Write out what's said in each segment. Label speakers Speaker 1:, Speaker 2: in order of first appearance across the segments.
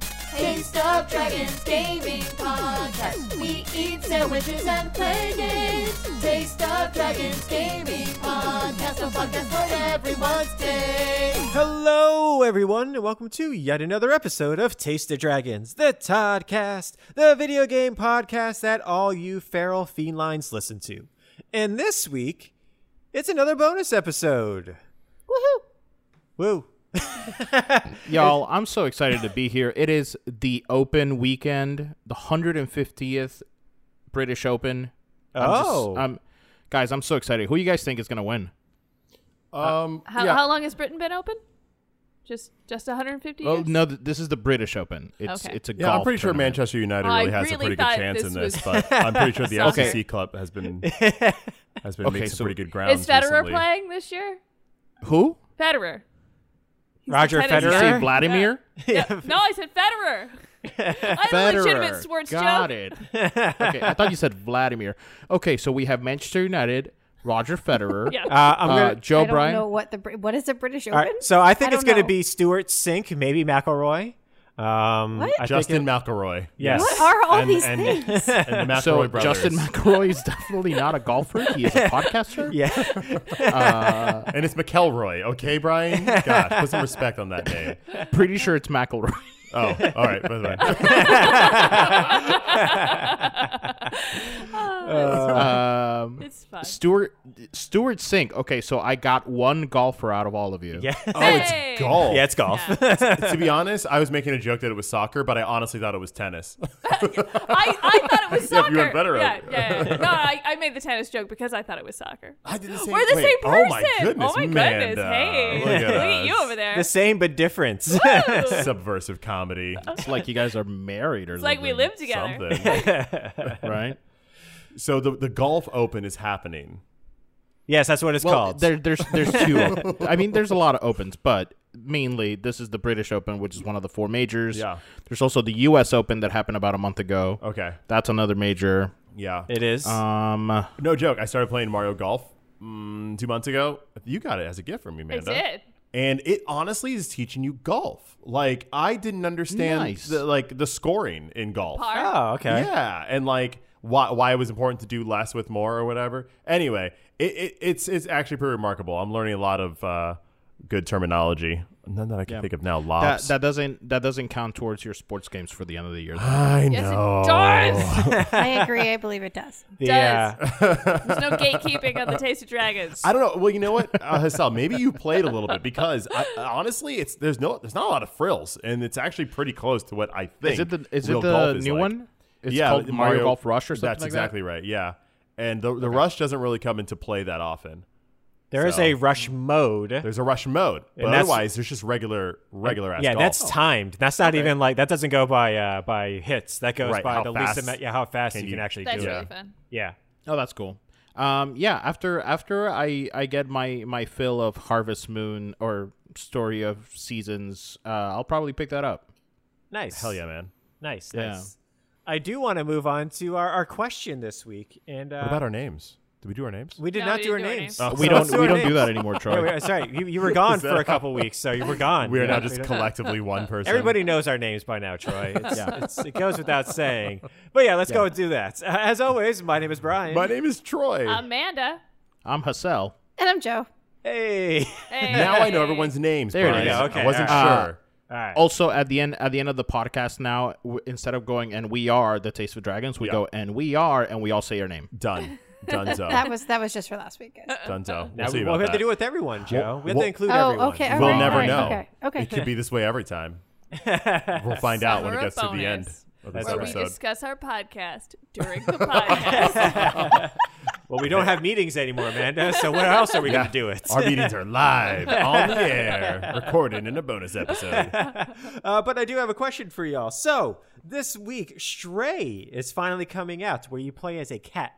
Speaker 1: Taste of Dragons Gaming Podcast. We eat sandwiches and play games. Taste of Dragons Gaming Podcast. A podcast for everyone's
Speaker 2: Oh,
Speaker 1: taste.
Speaker 3: Hello, everyone, and welcome to yet another episode of Taste of Dragons, the Toddcast, the video game podcast that all you feral fiendlines listen to. And this week, it's another bonus episode. Woohoo! Woo!
Speaker 4: Y'all, I'm so excited to be here. It is the open weekend, the 150th British Open. I'm just-
Speaker 3: Oh.
Speaker 4: I'm- guys, I'm so excited. Who you guys think is going to win? Uh,
Speaker 2: Um,
Speaker 5: How,
Speaker 2: yeah.
Speaker 5: how long has Britain been open? Just just 150
Speaker 4: Oh,
Speaker 5: years?
Speaker 4: no, th- this is the British Open. It's
Speaker 5: Okay.
Speaker 4: it's a
Speaker 2: yeah,
Speaker 4: golf
Speaker 2: I'm pretty sure
Speaker 4: tournament.
Speaker 2: Manchester United
Speaker 5: I
Speaker 2: really has
Speaker 5: really
Speaker 2: a pretty good
Speaker 5: thought
Speaker 2: chance
Speaker 5: this
Speaker 2: in this,
Speaker 5: was-
Speaker 2: but I'm pretty sure the
Speaker 5: Okay.
Speaker 2: LCC club has been has been
Speaker 4: Okay,
Speaker 2: making some
Speaker 4: so-
Speaker 2: pretty good grounds.
Speaker 5: Is Federer
Speaker 2: recently.
Speaker 5: playing this year?
Speaker 4: Who?
Speaker 5: Federer.
Speaker 3: Roger
Speaker 5: tennis
Speaker 4: You
Speaker 3: Federer.
Speaker 4: say Vladimir?
Speaker 5: No, no, I said Federer. I had a legitimate sports joke.
Speaker 4: Got it. okay, I thought you said Vladimir. Okay, so we have Manchester United, Roger Federer,
Speaker 5: Yeah.
Speaker 3: Uh, I'm
Speaker 4: uh,
Speaker 3: gonna.
Speaker 6: I
Speaker 4: Joe
Speaker 6: don't
Speaker 4: Bryan.
Speaker 6: know what the Brit- what is the British Open?
Speaker 3: all right, so I think it's
Speaker 6: don't
Speaker 3: going to
Speaker 6: know.
Speaker 3: be Stuart Sink, maybe McElroy. Um,
Speaker 6: What?
Speaker 3: I think
Speaker 2: Justin
Speaker 3: it-
Speaker 2: McElroy.
Speaker 3: Yes.
Speaker 6: what are all
Speaker 2: And-
Speaker 6: these
Speaker 2: and-
Speaker 6: things?
Speaker 2: And the McElroy
Speaker 4: So
Speaker 2: brothers.
Speaker 4: Justin McElroy is definitely not a golfer. He is a podcaster.
Speaker 3: yeah.
Speaker 2: and it's McElroy. Okay, Brian. Gosh, put some respect on that name.
Speaker 4: Pretty sure it's McElroy.
Speaker 2: Oh, all right. By the way,
Speaker 4: Um,
Speaker 5: It's fine.
Speaker 4: Stuart Stuart Sink. Okay, so I got one golfer out of all of you.
Speaker 3: Yeah.
Speaker 2: oh,
Speaker 5: Hey.
Speaker 2: it's golf.
Speaker 3: yeah, it's golf.
Speaker 2: to be honest, I was making a joke that it was soccer, but I honestly thought it was tennis.
Speaker 5: I, I thought it was
Speaker 2: Yeah,
Speaker 5: soccer.
Speaker 2: you were better
Speaker 5: yeah,
Speaker 2: at it.
Speaker 5: yeah, yeah. No, I, I made the tennis joke because I thought it was soccer.
Speaker 2: I did the same.
Speaker 5: We're the
Speaker 2: wait,
Speaker 5: same person.
Speaker 2: Oh my goodness,
Speaker 5: Oh my
Speaker 2: Amanda.
Speaker 5: goodness. Hey.
Speaker 2: look at,
Speaker 5: you
Speaker 2: us.
Speaker 5: over there.
Speaker 3: the same but different.
Speaker 2: Subversive comedy.
Speaker 4: It's like you guys are married or
Speaker 5: it's like we
Speaker 4: something,
Speaker 5: live together.
Speaker 2: Something.
Speaker 4: right?
Speaker 2: So the the golf open is happening.
Speaker 3: yes, that's what it's
Speaker 4: Well,
Speaker 3: called.
Speaker 4: there, there's there's two. of them. I mean, there's a lot of opens, but mainly this is the British Open, which is one of the four majors.
Speaker 2: Yeah.
Speaker 4: There's also the U.S. Open that happened about a month ago.
Speaker 2: Okay.
Speaker 4: That's another major.
Speaker 2: Yeah.
Speaker 3: It is.
Speaker 4: Um,
Speaker 2: no joke. I started playing Mario Golf mm, two months ago. You got it as a gift from me,
Speaker 5: I
Speaker 2: Amanda.
Speaker 5: did.
Speaker 2: And it honestly is teaching you golf. Like I didn't understand
Speaker 4: Nice.
Speaker 2: the, like the scoring in golf.
Speaker 5: Par.
Speaker 3: oh, okay.
Speaker 2: Yeah, and like why why it was important to do less with more or whatever. Anyway, it, it it's it's actually pretty remarkable. I'm learning a lot of uh, good terminology. None that I can think of now.
Speaker 4: that,
Speaker 2: Lobs.
Speaker 4: that doesn't that doesn't count towards your sports games for the end of the year. though.
Speaker 2: I
Speaker 5: Yes,
Speaker 2: know.
Speaker 5: it does.
Speaker 6: I agree. I believe it does.
Speaker 3: The,
Speaker 5: does.
Speaker 3: uh,
Speaker 5: There's no gatekeeping of the Taste of Dragons.
Speaker 2: I don't know. Well, you know what, uh, Hassel? Maybe you played a little bit because I, honestly, it's there's no there's not a lot of frills, and it's actually pretty close to what I think.
Speaker 4: Is it the is
Speaker 2: real
Speaker 4: it the
Speaker 2: golf is
Speaker 4: new
Speaker 2: like.
Speaker 4: one? It's called Mario, Golf Rush or something.
Speaker 2: That's
Speaker 4: like that?
Speaker 2: exactly right. Yeah, and the the rush doesn't really come into play that often.
Speaker 3: there is
Speaker 2: So-
Speaker 3: a rush mode.
Speaker 2: There's a rush mode, but
Speaker 3: that's-
Speaker 2: otherwise there's just regular regular ass
Speaker 3: yeah,
Speaker 2: golf.
Speaker 5: Oh.
Speaker 3: that's timed. That's not even like that doesn't go by uh, by hits. That goes
Speaker 2: Right,
Speaker 3: by
Speaker 2: how
Speaker 3: the
Speaker 2: fast
Speaker 3: least amount. Yeah, how fast
Speaker 2: can
Speaker 3: you,
Speaker 2: you-
Speaker 3: can actually
Speaker 5: That's
Speaker 3: do
Speaker 5: really
Speaker 3: it.
Speaker 5: fun.
Speaker 3: Yeah.
Speaker 4: Oh, that's cool. Um, yeah. After after I I get my my fill of Harvest Moon or Story of Seasons, uh, I'll probably pick that up.
Speaker 3: Nice.
Speaker 2: Hell yeah, man!
Speaker 3: Nice.
Speaker 4: Yeah.
Speaker 3: Nice. I do want to move on to our, our question this week, and uh,
Speaker 2: What about our Oh, names? Did we do our names?
Speaker 3: we did
Speaker 5: No,
Speaker 3: not
Speaker 5: we
Speaker 3: do
Speaker 5: didn't
Speaker 3: our
Speaker 5: do our
Speaker 3: names.
Speaker 2: names.
Speaker 3: So
Speaker 4: we
Speaker 3: let's
Speaker 4: don't we
Speaker 3: our
Speaker 4: don't do
Speaker 3: names.
Speaker 4: that anymore,
Speaker 3: Yeah,
Speaker 4: Troy.
Speaker 3: we- sorry, you, you were gone
Speaker 2: that
Speaker 3: for a
Speaker 2: how-
Speaker 3: couple weeks, so you were gone.
Speaker 2: We are
Speaker 3: Yeah,
Speaker 2: now
Speaker 3: we
Speaker 2: just
Speaker 3: don't-
Speaker 2: collectively one person.
Speaker 3: Everybody knows our names by now, Troy. It's, it's, it goes without saying. But yeah, let's go and do that. As always, my name is Brian.
Speaker 2: My name is Troy.
Speaker 5: Amanda.
Speaker 4: I'm Hassel.
Speaker 6: And I'm Joe.
Speaker 3: Hey.
Speaker 5: Hey.
Speaker 2: now I know everyone's names.
Speaker 4: There it
Speaker 2: Brian.
Speaker 4: is.
Speaker 3: Yeah, okay,
Speaker 2: I wasn't
Speaker 3: all
Speaker 4: right.
Speaker 2: sure.
Speaker 3: All right.
Speaker 4: Also, at the end at the end of the podcast now, w- instead of going and we are the Taste of Dragons, we
Speaker 2: Yeah.
Speaker 4: go and we are and we all say your name.
Speaker 2: Done. Dunzo.
Speaker 6: That was that was just for last weekend.
Speaker 2: Dunzo.
Speaker 3: Now
Speaker 2: We'll see
Speaker 3: we,
Speaker 2: about
Speaker 3: well, we have
Speaker 2: that.
Speaker 3: to do it with everyone, Joe. We have to
Speaker 2: well-
Speaker 3: include
Speaker 6: oh,
Speaker 3: everyone.
Speaker 6: okay. all
Speaker 2: We'll
Speaker 6: right,
Speaker 2: never
Speaker 6: all right,
Speaker 2: know.
Speaker 6: Okay. Okay.
Speaker 2: It could be this way every time. We'll find out when it gets to the end of this
Speaker 3: That's
Speaker 5: Where
Speaker 3: right.
Speaker 5: we
Speaker 2: episode.
Speaker 5: discuss our podcast during the podcast.
Speaker 3: Well, we don't have meetings anymore, Amanda. So where else are we going to do it?
Speaker 2: Our meetings are live on the air, recorded in a bonus episode.
Speaker 3: Uh, but I do have a question for y'all. So this week, Stray is finally coming out, where you play as a cat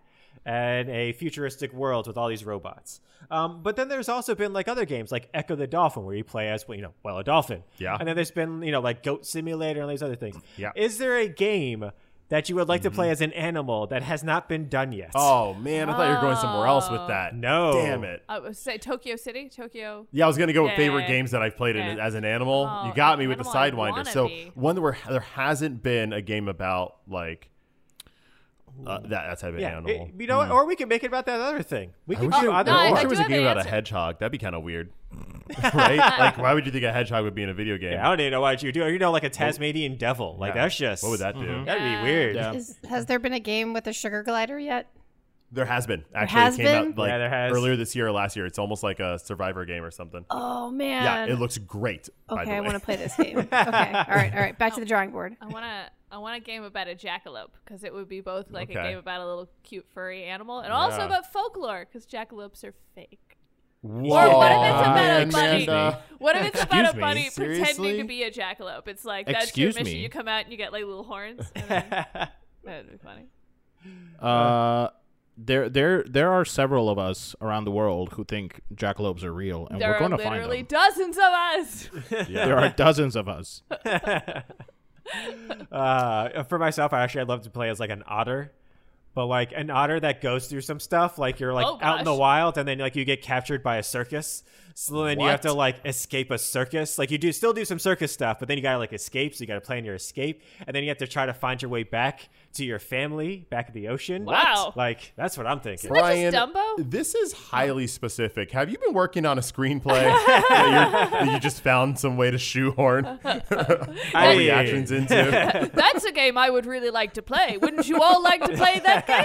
Speaker 3: in a futuristic world with all these robots. Um, but then there's also been like other games, like Echo the Dolphin, where you play as well, you know, well a dolphin.
Speaker 2: Yeah.
Speaker 3: And then there's been you know like Goat Simulator and all these other things.
Speaker 2: Yeah.
Speaker 3: Is there a game that you would like to play as an animal that has not been done yet.
Speaker 2: Oh man, I thought you were going somewhere else with that.
Speaker 3: No.
Speaker 2: damn it.
Speaker 5: I would say Tokyo City, Tokyo.
Speaker 2: Yeah, I was gonna go with
Speaker 5: Yeah,
Speaker 2: favorite
Speaker 5: yeah,
Speaker 2: games that I've played in-
Speaker 5: Okay.
Speaker 2: as an animal.
Speaker 5: Oh,
Speaker 2: you got me with the
Speaker 5: animal I
Speaker 2: Sidewinder.
Speaker 5: wanna
Speaker 2: So
Speaker 5: be.
Speaker 2: one where there hasn't been a game about like uh, that. That's having
Speaker 3: Yeah,
Speaker 2: an animal.
Speaker 3: it- you know
Speaker 5: Hmm.
Speaker 3: what? Or we can make it about that other thing. We
Speaker 2: I
Speaker 3: can
Speaker 2: wish,
Speaker 3: do
Speaker 2: there-
Speaker 3: other.
Speaker 2: I
Speaker 5: No, Oh, I
Speaker 2: wish there was
Speaker 5: do
Speaker 2: a
Speaker 5: have
Speaker 2: game
Speaker 5: an
Speaker 2: about a
Speaker 5: answer.
Speaker 2: hedgehog. That'd be kind of weird, right? like, why would you think a hedgehog would be in a video game?
Speaker 3: I don't even know why you do. You know, like a Tasmanian devil. Like
Speaker 2: Yeah.
Speaker 3: that's just Mm-hmm.
Speaker 2: What would that do?
Speaker 3: That'd
Speaker 5: Mm-hmm. Yeah.
Speaker 3: be weird.
Speaker 4: Yeah.
Speaker 6: Is, has there been a game with a sugar glider yet?
Speaker 2: There has been actually.
Speaker 6: has
Speaker 2: it came
Speaker 6: been?
Speaker 2: out like
Speaker 3: Yeah, there has.
Speaker 2: earlier this year or last year. It's almost like a Survivor game or something.
Speaker 6: Oh man.
Speaker 2: yeah,
Speaker 5: Um,
Speaker 2: it looks great. by the
Speaker 6: Okay, I
Speaker 2: way.
Speaker 6: want to play this game. okay, all right, all right. Back to the drawing board.
Speaker 5: I want to. I want a game about a jackalope because it would be both like a
Speaker 2: Okay.
Speaker 5: game about a little cute furry animal and also
Speaker 2: Yeah.
Speaker 5: about folklore because jackalopes are fake.
Speaker 2: Whoa.
Speaker 5: Or what if it's about a
Speaker 4: man,
Speaker 5: bunny?
Speaker 4: Amanda.
Speaker 5: What if it's about a
Speaker 4: Excuse me?
Speaker 5: bunny pretending
Speaker 4: Seriously?
Speaker 5: to be a jackalope? It's like that's
Speaker 4: Excuse
Speaker 5: your mission.
Speaker 4: me?
Speaker 5: You come out and you get like little horns. and then- that would be funny.
Speaker 3: Uh-huh.
Speaker 4: Uh, there, there, there are several of us around the world who think jackalopes are real, and
Speaker 5: there
Speaker 4: we're
Speaker 5: are
Speaker 4: going to find
Speaker 5: literally
Speaker 4: them.
Speaker 5: dozens of us.
Speaker 4: There are dozens of us.
Speaker 3: uh, for myself, I actually I'd love to play as like an otter, but like an otter that goes through some stuff. Like you're like
Speaker 5: Oh,
Speaker 3: out in the
Speaker 5: gosh.
Speaker 3: wild, and then like you get captured by a circus. So then you have to like escape a circus. Like you do still do some circus stuff, but then you gotta like escape. So you gotta plan your escape, and then you have to try to find your way back to your family, back at the ocean.
Speaker 5: Wow.
Speaker 3: Like that's what I'm thinking.
Speaker 5: that just Dumbo?
Speaker 2: this is highly specific. Have you been working on a screenplay that, you're, that you just found some way to shoehorn
Speaker 3: I
Speaker 2: all
Speaker 5: Oh,
Speaker 3: mean-
Speaker 2: the actions into?
Speaker 5: That's a game I would really like to play. Wouldn't you all like to play that game?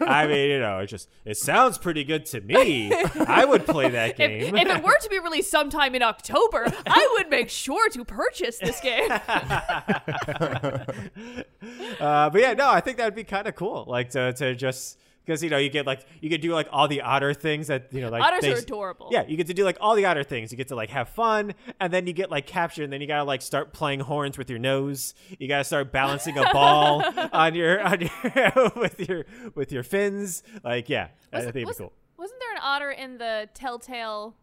Speaker 3: I mean, you know, it just it sounds pretty good to me. I would play that
Speaker 5: If,
Speaker 3: game.
Speaker 5: if it were to be released sometime in October, I would make sure to purchase this game.
Speaker 3: Uh, but yeah, no, I think that would be kind of cool. Like to to just because you know you get like you could do like all the otter things that you know like
Speaker 5: Otters
Speaker 3: they-
Speaker 5: are adorable.
Speaker 3: Yeah, you get to do like all the otter things. You get to like have fun, and then you get like captured, and then you gotta like start playing horns with your nose. You gotta start balancing a ball on your on your with your with your fins. Like yeah, I think it'd be
Speaker 5: wasn't,
Speaker 3: cool.
Speaker 5: wasn't there an otter in the Telltale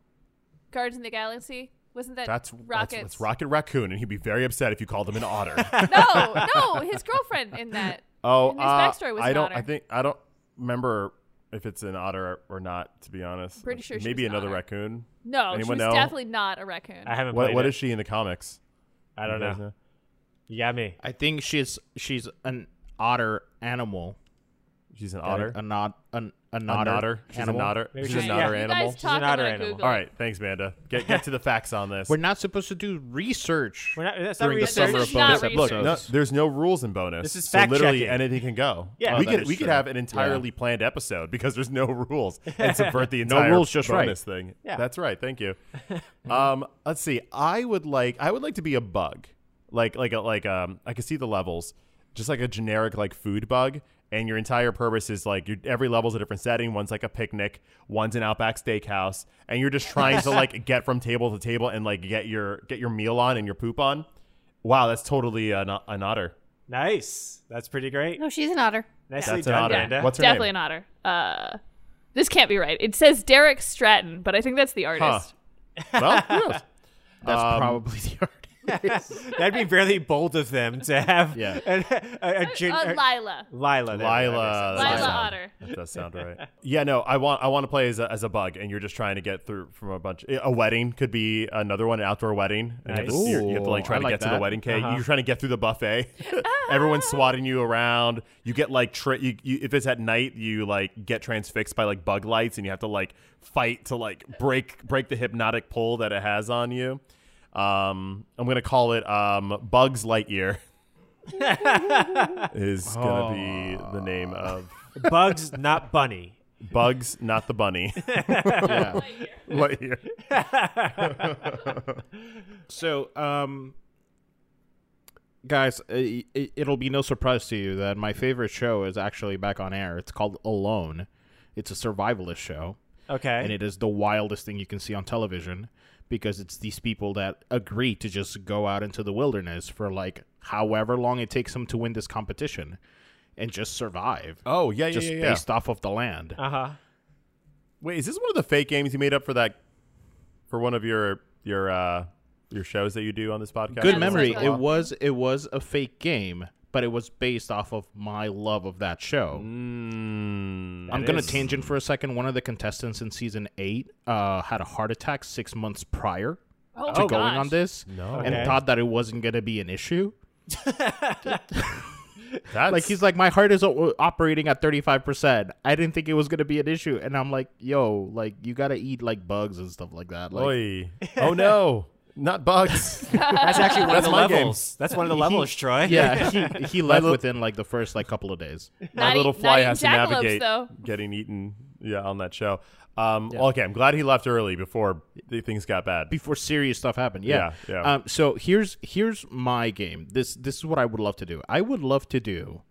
Speaker 5: Guardians of the Galaxy? Wasn't that
Speaker 2: That's
Speaker 5: Rocket?
Speaker 2: That's, that's Rocket Raccoon, and he'd be very upset if you called him an otter.
Speaker 5: No, no, his girlfriend in that.
Speaker 2: oh,
Speaker 5: And his backstory was
Speaker 2: I
Speaker 5: an
Speaker 2: don't.
Speaker 5: otter.
Speaker 2: I think I don't remember if it's an otter or not. To be honest,
Speaker 5: Pretty sure she
Speaker 2: maybe
Speaker 5: was an
Speaker 2: another
Speaker 5: otter.
Speaker 2: raccoon.
Speaker 5: No, she
Speaker 2: Anyone
Speaker 5: was
Speaker 2: know?
Speaker 5: definitely not a raccoon.
Speaker 3: I haven't
Speaker 2: What
Speaker 3: played
Speaker 2: What
Speaker 3: it.
Speaker 2: is she in the comics?
Speaker 3: I don't
Speaker 2: You guys
Speaker 3: know. You got me.
Speaker 4: I think she's she's an otter animal.
Speaker 2: She's an otter.
Speaker 4: a nod, an an
Speaker 2: A
Speaker 4: otter,
Speaker 2: otter. She's
Speaker 4: animal.
Speaker 2: an otter.
Speaker 3: Maybe
Speaker 2: She's
Speaker 3: she's-
Speaker 2: an
Speaker 3: yeah.
Speaker 2: otter
Speaker 5: you
Speaker 2: animal.
Speaker 5: guys talk.
Speaker 3: an
Speaker 5: I'm
Speaker 3: otter
Speaker 5: gonna
Speaker 3: animal.
Speaker 5: Google
Speaker 2: All
Speaker 5: it.
Speaker 2: right, thanks, Amanda. Get get to the facts on this.
Speaker 4: We're not supposed to do research
Speaker 3: We're not- that's not
Speaker 4: during the
Speaker 3: research.
Speaker 4: summer
Speaker 5: This
Speaker 4: of
Speaker 5: is not
Speaker 4: bonus
Speaker 5: research.
Speaker 2: Look,
Speaker 4: episodes.
Speaker 2: no, there's no rules in bonus.
Speaker 3: This is
Speaker 2: so
Speaker 3: fact
Speaker 2: literally
Speaker 3: checking.
Speaker 2: anything can go.
Speaker 3: Yeah. Oh,
Speaker 2: we
Speaker 3: that
Speaker 2: could
Speaker 4: is
Speaker 2: we could
Speaker 4: true.
Speaker 2: have an entirely planned episode because there's no rules and subvert the
Speaker 4: No
Speaker 2: entire
Speaker 4: rules, just
Speaker 2: bonus thing.
Speaker 3: Yeah.
Speaker 2: that's right. Thank you. um, let's see. I would like I would like to be a bug, like like a, like um I could see the levels, just like a generic like food bug. And your entire purpose is like your, every level's a different setting. One's like a picnic, one's an Outback Steakhouse, and you're just trying to like get from table to table and like get your get your meal on and your poop on. Wow, that's totally an, an otter.
Speaker 3: Nice. That's pretty great.
Speaker 6: No, she's an otter.
Speaker 3: Nicely
Speaker 2: That's an
Speaker 3: done,
Speaker 2: otter.
Speaker 3: Amanda.
Speaker 2: What's her
Speaker 5: definitely
Speaker 2: name?
Speaker 5: an otter. Uh, this can't be right. It says Derek Stratton, but I think that's the artist.
Speaker 2: Well, who knows?
Speaker 4: That's probably the art.
Speaker 3: That'd be really bold of them to have
Speaker 4: Yeah.
Speaker 3: a, a, a gin-
Speaker 5: Uh,
Speaker 3: or-
Speaker 5: Lila.
Speaker 3: Lila. there we go.
Speaker 2: Lila.
Speaker 5: Lila
Speaker 2: Lila.
Speaker 5: Otter.
Speaker 2: that does sound right. Yeah, no, I want I want to play as a, as a bug, and you're just trying to get through from a bunch. A wedding could be another one, an outdoor wedding, and you, have
Speaker 3: Nice.
Speaker 2: to, you're- you have to like
Speaker 4: Ooh,
Speaker 2: try
Speaker 4: I
Speaker 2: to
Speaker 4: like
Speaker 2: get to the
Speaker 4: that.
Speaker 2: wedding cake.
Speaker 3: Uh-huh.
Speaker 2: You're trying to get through the buffet. Everyone's swatting you around. You get like tri- you, you, if it's at night, you like get transfixed by like bug lights, and you have to like fight to like break break the hypnotic pull that it has on you. Um, I'm gonna call it um, Bugs Lightyear. is gonna be the name of
Speaker 3: Bugs, not Bunny.
Speaker 2: Bugs, not the bunny.
Speaker 4: Yeah.
Speaker 2: Lightyear.
Speaker 4: So, um, guys, i i it'll be no surprise to you that my favorite show is actually back on air. It's called Alone. It's a survivalist show,
Speaker 3: Okay.
Speaker 4: and it is the wildest thing you can see on television because it's these people that agree to just go out into the wilderness for like however long it takes them to win this competition and just survive.
Speaker 2: Oh yeah, yeah,
Speaker 4: just
Speaker 2: yeah, yeah.
Speaker 4: based off of the land.
Speaker 3: uh huh.
Speaker 2: Wait, is this one of the fake games you made up for that? For one of your your uh your shows that you do on this podcast?
Speaker 4: Good
Speaker 5: Yeah,
Speaker 4: memory.
Speaker 5: that's
Speaker 4: It
Speaker 5: right.
Speaker 4: was it was a fake game, but it was based off of my love of that show. I'm
Speaker 2: That
Speaker 4: gonna
Speaker 2: is-
Speaker 4: tangent for a second. One of the contestants in season eight uh, had a heart attack six months prior
Speaker 5: Oh,
Speaker 4: to
Speaker 5: my
Speaker 4: going
Speaker 5: gosh.
Speaker 4: on this,
Speaker 2: No.
Speaker 4: and
Speaker 3: Okay.
Speaker 4: thought that it wasn't gonna be an issue.
Speaker 2: That's
Speaker 4: Like he's like, my heart is o- operating at 35 percent. I didn't think it was gonna be an issue, and I'm like, yo, like you gotta eat like bugs and stuff like that. Like,
Speaker 2: Oi. Oh no. Not bugs.
Speaker 3: That's actually one
Speaker 2: That's
Speaker 3: of the
Speaker 2: my game.
Speaker 3: levels. That's one of the levels, Troy.
Speaker 2: Oh,
Speaker 4: yeah, he, he left
Speaker 2: little-
Speaker 4: within like the first like couple of days.
Speaker 5: Not
Speaker 2: My
Speaker 5: eat-
Speaker 2: little fly
Speaker 5: not
Speaker 2: has to
Speaker 5: eating jackalopes,
Speaker 2: navigate
Speaker 5: though.
Speaker 2: getting eaten. Yeah, on that show. Um, well, Okay, I'm glad he left early before th- things got bad.
Speaker 4: before serious stuff happened. Yeah,
Speaker 2: Yeah, yeah.
Speaker 4: Um, so here's here's my game. This this is what I would love to do. I would love to do.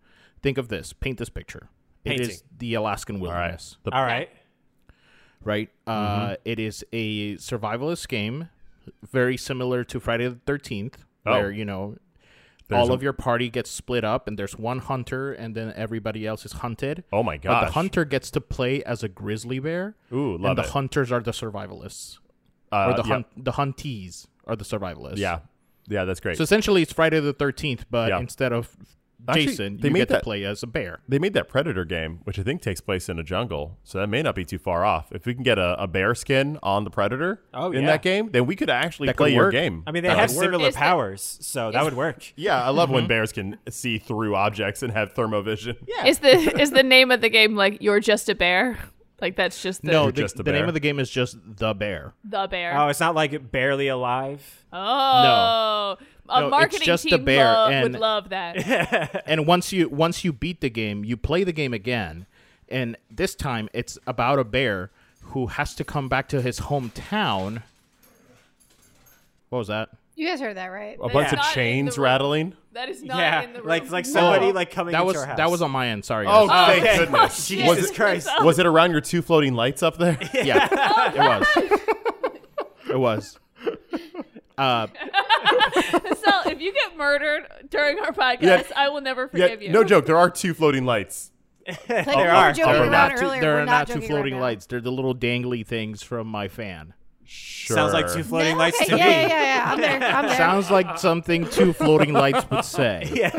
Speaker 4: Think of this. Paint this picture. It
Speaker 3: Painting.
Speaker 4: is the Alaskan
Speaker 2: All right.
Speaker 4: wilderness,
Speaker 2: The-
Speaker 3: All right.
Speaker 4: right?
Speaker 2: Mm-hmm.
Speaker 4: Uh, it is a survivalist game, very similar to Friday the Thirteenth,
Speaker 2: Oh.
Speaker 4: where you know
Speaker 2: There's
Speaker 4: all
Speaker 2: a-
Speaker 4: of your party gets split up, and there's one hunter, and then everybody else is hunted.
Speaker 2: oh my
Speaker 4: But
Speaker 2: gosh.
Speaker 4: the hunter gets to play as a grizzly bear.
Speaker 2: Ooh, love
Speaker 4: and the
Speaker 2: it.
Speaker 4: hunters are the survivalists,
Speaker 2: Uh,
Speaker 4: or the
Speaker 2: yeah.
Speaker 4: hunt the huntees are the survivalists.
Speaker 2: Yeah. Yeah, that's great.
Speaker 4: So essentially, it's Friday the Thirteenth, but
Speaker 2: Yeah.
Speaker 4: instead of
Speaker 2: Actually,
Speaker 4: Jason,
Speaker 2: they
Speaker 4: you
Speaker 2: made
Speaker 4: get
Speaker 2: that-
Speaker 4: to play as a bear.
Speaker 2: they made that predator game, which I think takes place in a jungle, so that may not be too far off. If we can get a, a bear skin on the predator
Speaker 3: Oh,
Speaker 2: in
Speaker 3: yeah.
Speaker 2: that game, then we could actually
Speaker 4: That could
Speaker 2: play your
Speaker 4: work.
Speaker 2: game.
Speaker 3: I mean, they
Speaker 2: That
Speaker 3: have
Speaker 2: would work.
Speaker 3: similar
Speaker 5: Is the-
Speaker 3: powers, so that would work.
Speaker 2: Yeah, I love when bears can see through objects and have thermovision.
Speaker 3: Yeah.
Speaker 5: Is the is the name of the game like you're just a bear? Like that's just the,
Speaker 4: No,
Speaker 2: You're
Speaker 4: the,
Speaker 2: just a
Speaker 4: the
Speaker 2: bear.
Speaker 4: name of the game is just the bear.
Speaker 5: the bear.
Speaker 3: Oh, it's not like barely alive.
Speaker 5: oh, a
Speaker 4: No, it's
Speaker 5: marketing
Speaker 4: just the
Speaker 5: team
Speaker 4: bear,
Speaker 5: lo-
Speaker 4: and-
Speaker 5: would love that.
Speaker 4: And once you once you beat the game, you play the game again, and this time it's about a bear who has to come back to his hometown. What was that?
Speaker 6: You guys heard that, right?
Speaker 2: A bunch
Speaker 5: Not in
Speaker 2: of
Speaker 5: the
Speaker 2: chains
Speaker 5: room.
Speaker 2: rattling.
Speaker 5: That is not
Speaker 3: yeah,
Speaker 5: in the room.
Speaker 3: like like somebody
Speaker 5: No.
Speaker 3: like coming
Speaker 4: That
Speaker 3: into
Speaker 4: was
Speaker 3: our house.
Speaker 4: that was on my end. Sorry.
Speaker 2: Oh,
Speaker 4: guys.
Speaker 2: thank
Speaker 3: okay.
Speaker 2: goodness.
Speaker 3: Jesus
Speaker 2: was, it,
Speaker 3: Christ!
Speaker 2: was it around your two floating lights up there?
Speaker 4: yeah, it was. It was.
Speaker 5: Sal, if you get murdered during our podcast,
Speaker 2: Yeah.
Speaker 5: I will never
Speaker 2: yeah,
Speaker 5: forgive you.
Speaker 2: no joke. There are two floating lights.
Speaker 6: Like,
Speaker 3: there
Speaker 6: we were
Speaker 3: are-
Speaker 6: joking
Speaker 2: there are
Speaker 6: around
Speaker 2: not
Speaker 4: two,
Speaker 6: earlier.
Speaker 4: there
Speaker 6: we're
Speaker 4: are
Speaker 6: not
Speaker 4: not two
Speaker 6: joking right
Speaker 4: floating
Speaker 6: now.
Speaker 4: lights. They're the little dangly things from my fan.
Speaker 2: Sure.
Speaker 3: Sounds like two floating
Speaker 6: No,
Speaker 3: lights
Speaker 6: okay,
Speaker 3: to
Speaker 6: yeah,
Speaker 3: me.
Speaker 6: yeah, yeah, yeah. I'm there. I'm there.
Speaker 4: Sounds like something two floating lights would say.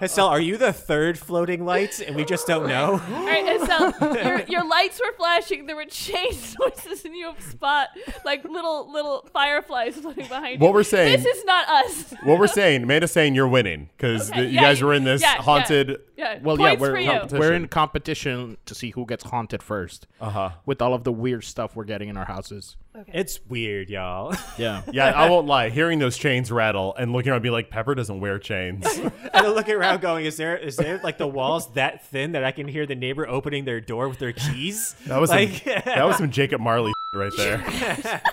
Speaker 3: Hassel, are you the third floating light, and we just don't know?
Speaker 5: All right, and so your, your lights were flashing. There were chain noises, and you have spot like little little fireflies floating behind you.
Speaker 2: What we're saying-
Speaker 5: This is not us.
Speaker 2: What we're saying, Amanda's saying you're winning because
Speaker 5: Okay,
Speaker 2: you
Speaker 5: yeah,
Speaker 2: guys
Speaker 5: you-
Speaker 2: were in this
Speaker 5: yeah, yeah.
Speaker 2: haunted.
Speaker 5: Yeah.
Speaker 4: Well,
Speaker 5: points
Speaker 4: yeah, we're
Speaker 5: for you.
Speaker 4: com- we're in competition to see who gets haunted first. Uh huh. With all of the weird stuff we're getting in our houses.
Speaker 3: It's weird, y'all.
Speaker 4: Yeah.
Speaker 2: Yeah, I won't lie. Hearing those chains rattle and looking around, be like, Pepper doesn't wear chains.
Speaker 3: and I'm looking around, going, "Is there is there like the walls that thin that I can hear the neighbor opening their door with their keys?"
Speaker 2: That was
Speaker 3: like,
Speaker 2: some, that was some Jacob Marley right there.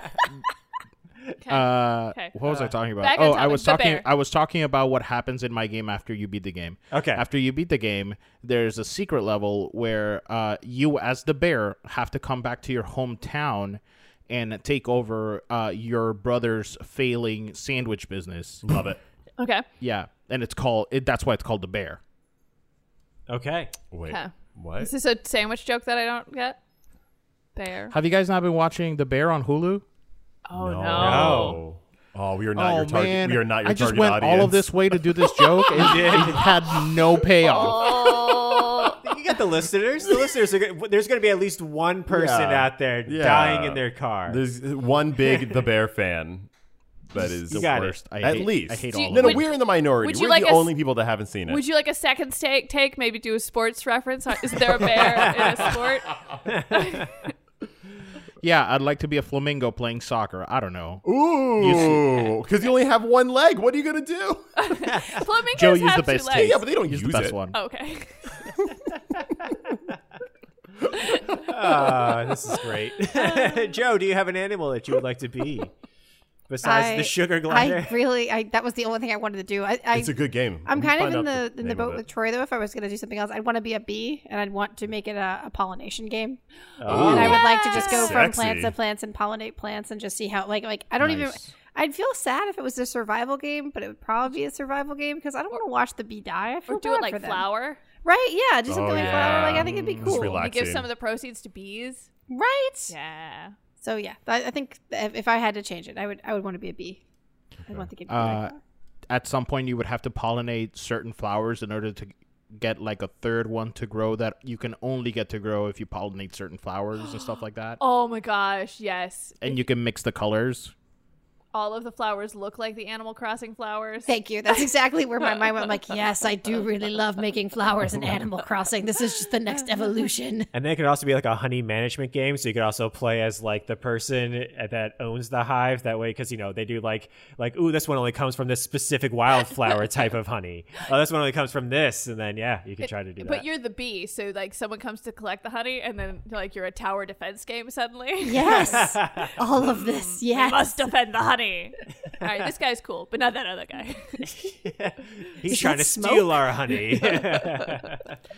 Speaker 4: Uh,
Speaker 5: Okay.
Speaker 4: What was I talking about?
Speaker 5: back on
Speaker 4: Oh, I
Speaker 5: topic,
Speaker 4: was
Speaker 5: the
Speaker 4: talking.
Speaker 5: bear.
Speaker 4: I was talking about what happens in my game after you beat the game.
Speaker 3: Okay.
Speaker 4: After you beat the game, there's a secret level where uh, you, as the bear, have to come back to your hometown and take over uh, your brother's failing sandwich business.
Speaker 2: Love it.
Speaker 5: okay.
Speaker 4: yeah, and it's called. It, that's why it's called the bear.
Speaker 3: okay,
Speaker 2: Wait,
Speaker 5: Okay.
Speaker 2: what?
Speaker 5: Is this a sandwich joke that I don't get? Bear.
Speaker 4: Have you guys not been watching the bear on Hulu?
Speaker 5: Oh no.
Speaker 2: No. Oh, we are not your target. We are not your
Speaker 4: I just
Speaker 2: target
Speaker 4: went
Speaker 2: audience.
Speaker 4: all of this way to do this joke, and it had no payoff.
Speaker 5: Oh.
Speaker 3: you got the listeners. The listeners are gonna, there's going to be at least one person
Speaker 2: Yeah.
Speaker 3: out there
Speaker 2: Yeah.
Speaker 3: dying in their car.
Speaker 2: There's one big the bear fan. That is
Speaker 3: You
Speaker 2: the
Speaker 3: got it.
Speaker 2: worst.
Speaker 4: I
Speaker 2: At
Speaker 4: hate-
Speaker 2: least
Speaker 4: I hate
Speaker 5: Do you-
Speaker 4: all.
Speaker 2: No,
Speaker 4: of
Speaker 2: no,
Speaker 5: Would-
Speaker 2: we're in the minority.
Speaker 5: would you
Speaker 2: we're
Speaker 5: like
Speaker 2: the
Speaker 5: us-
Speaker 2: only people that haven't seen it.
Speaker 5: Would you like a second take? Take maybe do a sports reference. Uh, Is there a bear in a sport?
Speaker 4: Yeah, I'd like to be a flamingo playing soccer. I don't know.
Speaker 2: Oh, Ooh, because you only have one leg. What are you gonna do?
Speaker 5: Flamingos
Speaker 4: Joe used
Speaker 5: have
Speaker 4: the best
Speaker 5: two legs.
Speaker 4: taste.
Speaker 2: Yeah, but they don't
Speaker 4: He's
Speaker 2: use
Speaker 4: the best
Speaker 2: it.
Speaker 4: one.
Speaker 5: Oh, okay.
Speaker 3: Ah, this is great. Joe, do you have an animal that you would like to be besides
Speaker 6: I-
Speaker 3: the sugar glider?
Speaker 6: I really, I that was the only thing I wanted to do. I, I
Speaker 2: It's a good game.
Speaker 6: I'm
Speaker 2: We
Speaker 6: kind of in
Speaker 2: find out
Speaker 6: the in the
Speaker 2: name of
Speaker 6: boat with
Speaker 2: it.
Speaker 6: Troy though. If I was going to do something else, I'd want to be a bee, and I'd want to make it a, a pollination game.
Speaker 3: Oh.
Speaker 6: and I would like to just go from
Speaker 2: Sexy.
Speaker 6: plants to plants and pollinate plants and just see how like like I don't even.
Speaker 4: Nice.
Speaker 6: I'd feel sad if it was a survival game, but it would probably be a survival game because I don't want to watch the bee die. I feel
Speaker 5: Or do it
Speaker 6: bad
Speaker 5: like
Speaker 6: for them.
Speaker 5: flower.
Speaker 6: right? Yeah, do something
Speaker 2: Oh,
Speaker 6: like
Speaker 2: yeah.
Speaker 6: flower. Like I think it'd be cool,
Speaker 2: relax.
Speaker 5: You give
Speaker 2: Relaxing.
Speaker 5: some of the proceeds to bees.
Speaker 6: right?
Speaker 5: Yeah.
Speaker 6: So yeah, I, I think if, if I had to change it, I would I would want to be a bee. I want to get.
Speaker 4: Uh, at some point you would have to pollinate certain flowers in order to get like a third one to grow that you can only get to grow if you pollinate certain flowers and stuff like that.
Speaker 5: Oh my gosh, yes.
Speaker 4: And you can mix the colors.
Speaker 5: All of the flowers look like the Animal Crossing flowers.
Speaker 6: Thank you. That's exactly where my mind went. I'm like, yes, I do really love making flowers in Animal Crossing. This is just the next evolution.
Speaker 3: And then it could also be like a honey management game, so you could also play as like the person that owns the hive. That way, because you know they do like like ooh, this one only comes from this specific wildflower type of honey. Oh, this one only comes from this, and then yeah, you can try to do
Speaker 5: But
Speaker 3: that.
Speaker 5: you're the bee, so like someone comes to collect the honey, and then like you're a tower defense game suddenly.
Speaker 6: Yes. All of this.
Speaker 5: You must
Speaker 6: Yes.
Speaker 5: defend the honey. All right, this guy's cool, but not that other guy.
Speaker 3: He's
Speaker 6: Is
Speaker 3: trying to
Speaker 6: that
Speaker 3: steal
Speaker 6: smoke?
Speaker 3: our honey.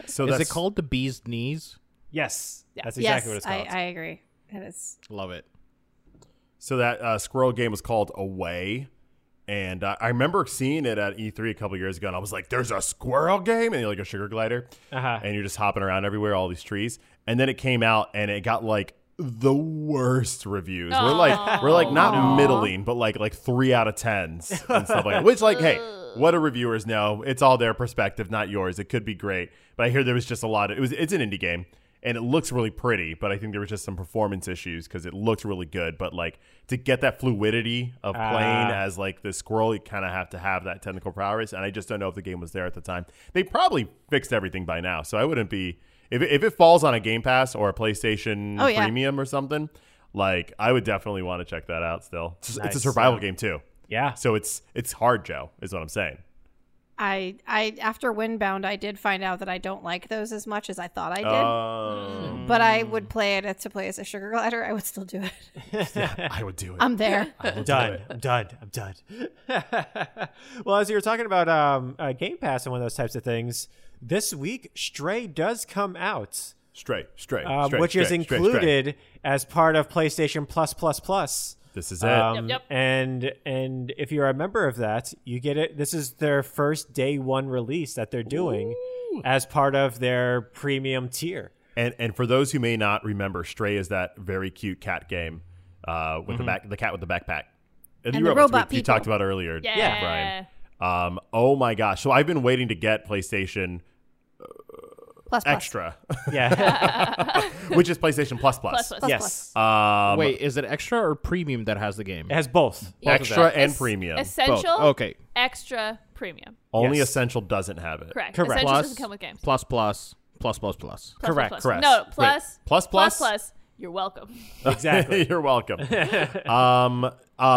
Speaker 2: So
Speaker 4: Is
Speaker 2: that's
Speaker 4: it called the bee's knees?
Speaker 3: yes,
Speaker 5: Yeah.
Speaker 3: that's exactly
Speaker 6: Yes,
Speaker 3: what it's
Speaker 6: I,
Speaker 3: called.
Speaker 6: I agree. It is.
Speaker 4: Love it.
Speaker 2: So that uh, squirrel game was called Away, and uh, I remember seeing it at E3 a couple years ago, and I was like, "There's a squirrel game," and you're like a sugar glider,
Speaker 3: Uh-huh.
Speaker 2: and you're just hopping around everywhere, all these trees. And then it came out, and it got like the worst reviews. We're like, we're like not middling, but like like three out of tens and stuff like that. Which like, hey. What do reviewers know? It's all their perspective, not yours. It could be great, but I hear there was just a lot. Of, it was it's an indie game, and it looks really pretty, but I think there was just some performance issues because it looked really good. But like to get that fluidity of playing
Speaker 3: Ah.
Speaker 2: as like the squirrel, you kind of have to have that technical prowess. And I just don't know if the game was there at the time. They probably fixed everything by now, so I wouldn't be if it, if it falls on a Game Pass or a PlayStation
Speaker 6: Oh, yeah.
Speaker 2: Premium or something. Like I would definitely want to check that out. Still, it's, it's a
Speaker 3: Nice.
Speaker 2: survival game too,
Speaker 3: yeah.
Speaker 2: so it's it's hard, Joe. Is what I'm saying.
Speaker 6: I I after Windbound, I did find out that I don't like those as much as I thought I did.
Speaker 2: Um,
Speaker 6: but I would play it to play as a sugar glider. I would still do it.
Speaker 2: I would do it.
Speaker 6: I'm there.
Speaker 3: I'm done. I'm done. I'm done. well, as you were talking about um, uh, Game Pass and one of those types of things, this week Stray does come out,
Speaker 2: straight, straight,
Speaker 3: um,
Speaker 2: straight,
Speaker 3: which is
Speaker 2: straight, straight, straight.
Speaker 3: included as part of PlayStation Plus Plus Plus.
Speaker 2: This is it.
Speaker 5: Yep,
Speaker 3: Um,
Speaker 5: yep.
Speaker 3: And and if you're a member of that, you get it. This is their first day one release that they're doing as part of their premium tier.
Speaker 2: And and for those who may not remember, Stray is that very cute cat game uh,
Speaker 3: Mm-hmm.
Speaker 2: with the back, the cat with the backpack, and,
Speaker 6: the
Speaker 2: robots
Speaker 6: robot
Speaker 2: we- you
Speaker 6: people.
Speaker 2: talked about earlier.
Speaker 5: Yeah.
Speaker 2: Brian. Um, oh my gosh! So I've been waiting to get PlayStation
Speaker 6: Plus, plus.
Speaker 2: Extra,
Speaker 3: Yeah.
Speaker 2: which is PlayStation Plus Plus.
Speaker 5: Plus, plus,
Speaker 3: yes.
Speaker 2: Um,
Speaker 4: Wait, is it extra or premium that has the game?
Speaker 3: It has both.
Speaker 4: both of
Speaker 2: extra
Speaker 4: that.
Speaker 2: and premium.
Speaker 4: Both.
Speaker 5: Essential,
Speaker 4: Okay.
Speaker 5: extra, premium.
Speaker 2: Only
Speaker 3: Yes.
Speaker 2: Essential doesn't have it.
Speaker 5: Correct.
Speaker 3: Correct.
Speaker 5: Essential
Speaker 4: Plus,
Speaker 5: doesn't come with games.
Speaker 4: plus, plus, plus, plus, plus.
Speaker 5: Plus,
Speaker 3: correct,
Speaker 5: Plus, plus.
Speaker 2: correct.
Speaker 5: No,
Speaker 2: Wait,
Speaker 5: plus,
Speaker 2: plus,
Speaker 5: plus,
Speaker 2: plus?
Speaker 5: plus. You're welcome.
Speaker 3: Exactly.
Speaker 2: You're welcome. um, um,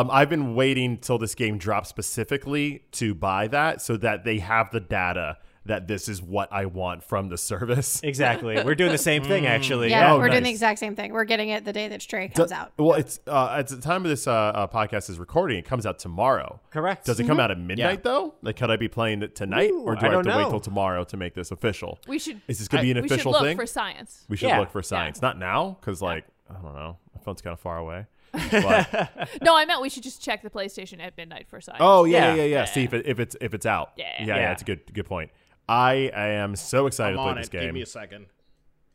Speaker 2: I've been waiting till this game drops specifically to buy that so that they have the data that this is what I want from the service.
Speaker 3: exactly. We're doing the same thing
Speaker 2: Mm.
Speaker 3: actually.
Speaker 6: Yeah,
Speaker 3: Oh,
Speaker 6: we're doing the
Speaker 3: nice.
Speaker 6: exact same thing. We're getting it the day that Stray comes out.
Speaker 2: Well, it's uh, at the time of this uh, uh, podcast is recording. It comes out tomorrow.
Speaker 3: Correct.
Speaker 2: Does it come out at midnight though? Like, could I be playing it tonight,
Speaker 3: Ooh,
Speaker 2: or
Speaker 3: I
Speaker 2: do I, have
Speaker 3: don't
Speaker 2: to
Speaker 3: know.
Speaker 2: wait till tomorrow to make this official?
Speaker 5: We should.
Speaker 2: Is this going to be an
Speaker 5: we
Speaker 2: official
Speaker 5: should look
Speaker 2: thing?
Speaker 5: for science.
Speaker 2: we should
Speaker 3: Yeah.
Speaker 2: look for signs. Not now, because like I don't know, my phone's kind of far away. But-
Speaker 5: No, I meant we should just check the PlayStation at midnight for science.
Speaker 2: oh yeah, yeah,
Speaker 3: Yeah.
Speaker 2: yeah, yeah. See if, it, if it's if it's out.
Speaker 5: Yeah.
Speaker 2: yeah,
Speaker 3: Yeah.
Speaker 2: It's a good good point. I, I am so
Speaker 4: I'm
Speaker 2: excited to play
Speaker 4: on
Speaker 2: this
Speaker 4: it.
Speaker 2: game.
Speaker 4: Give me a second.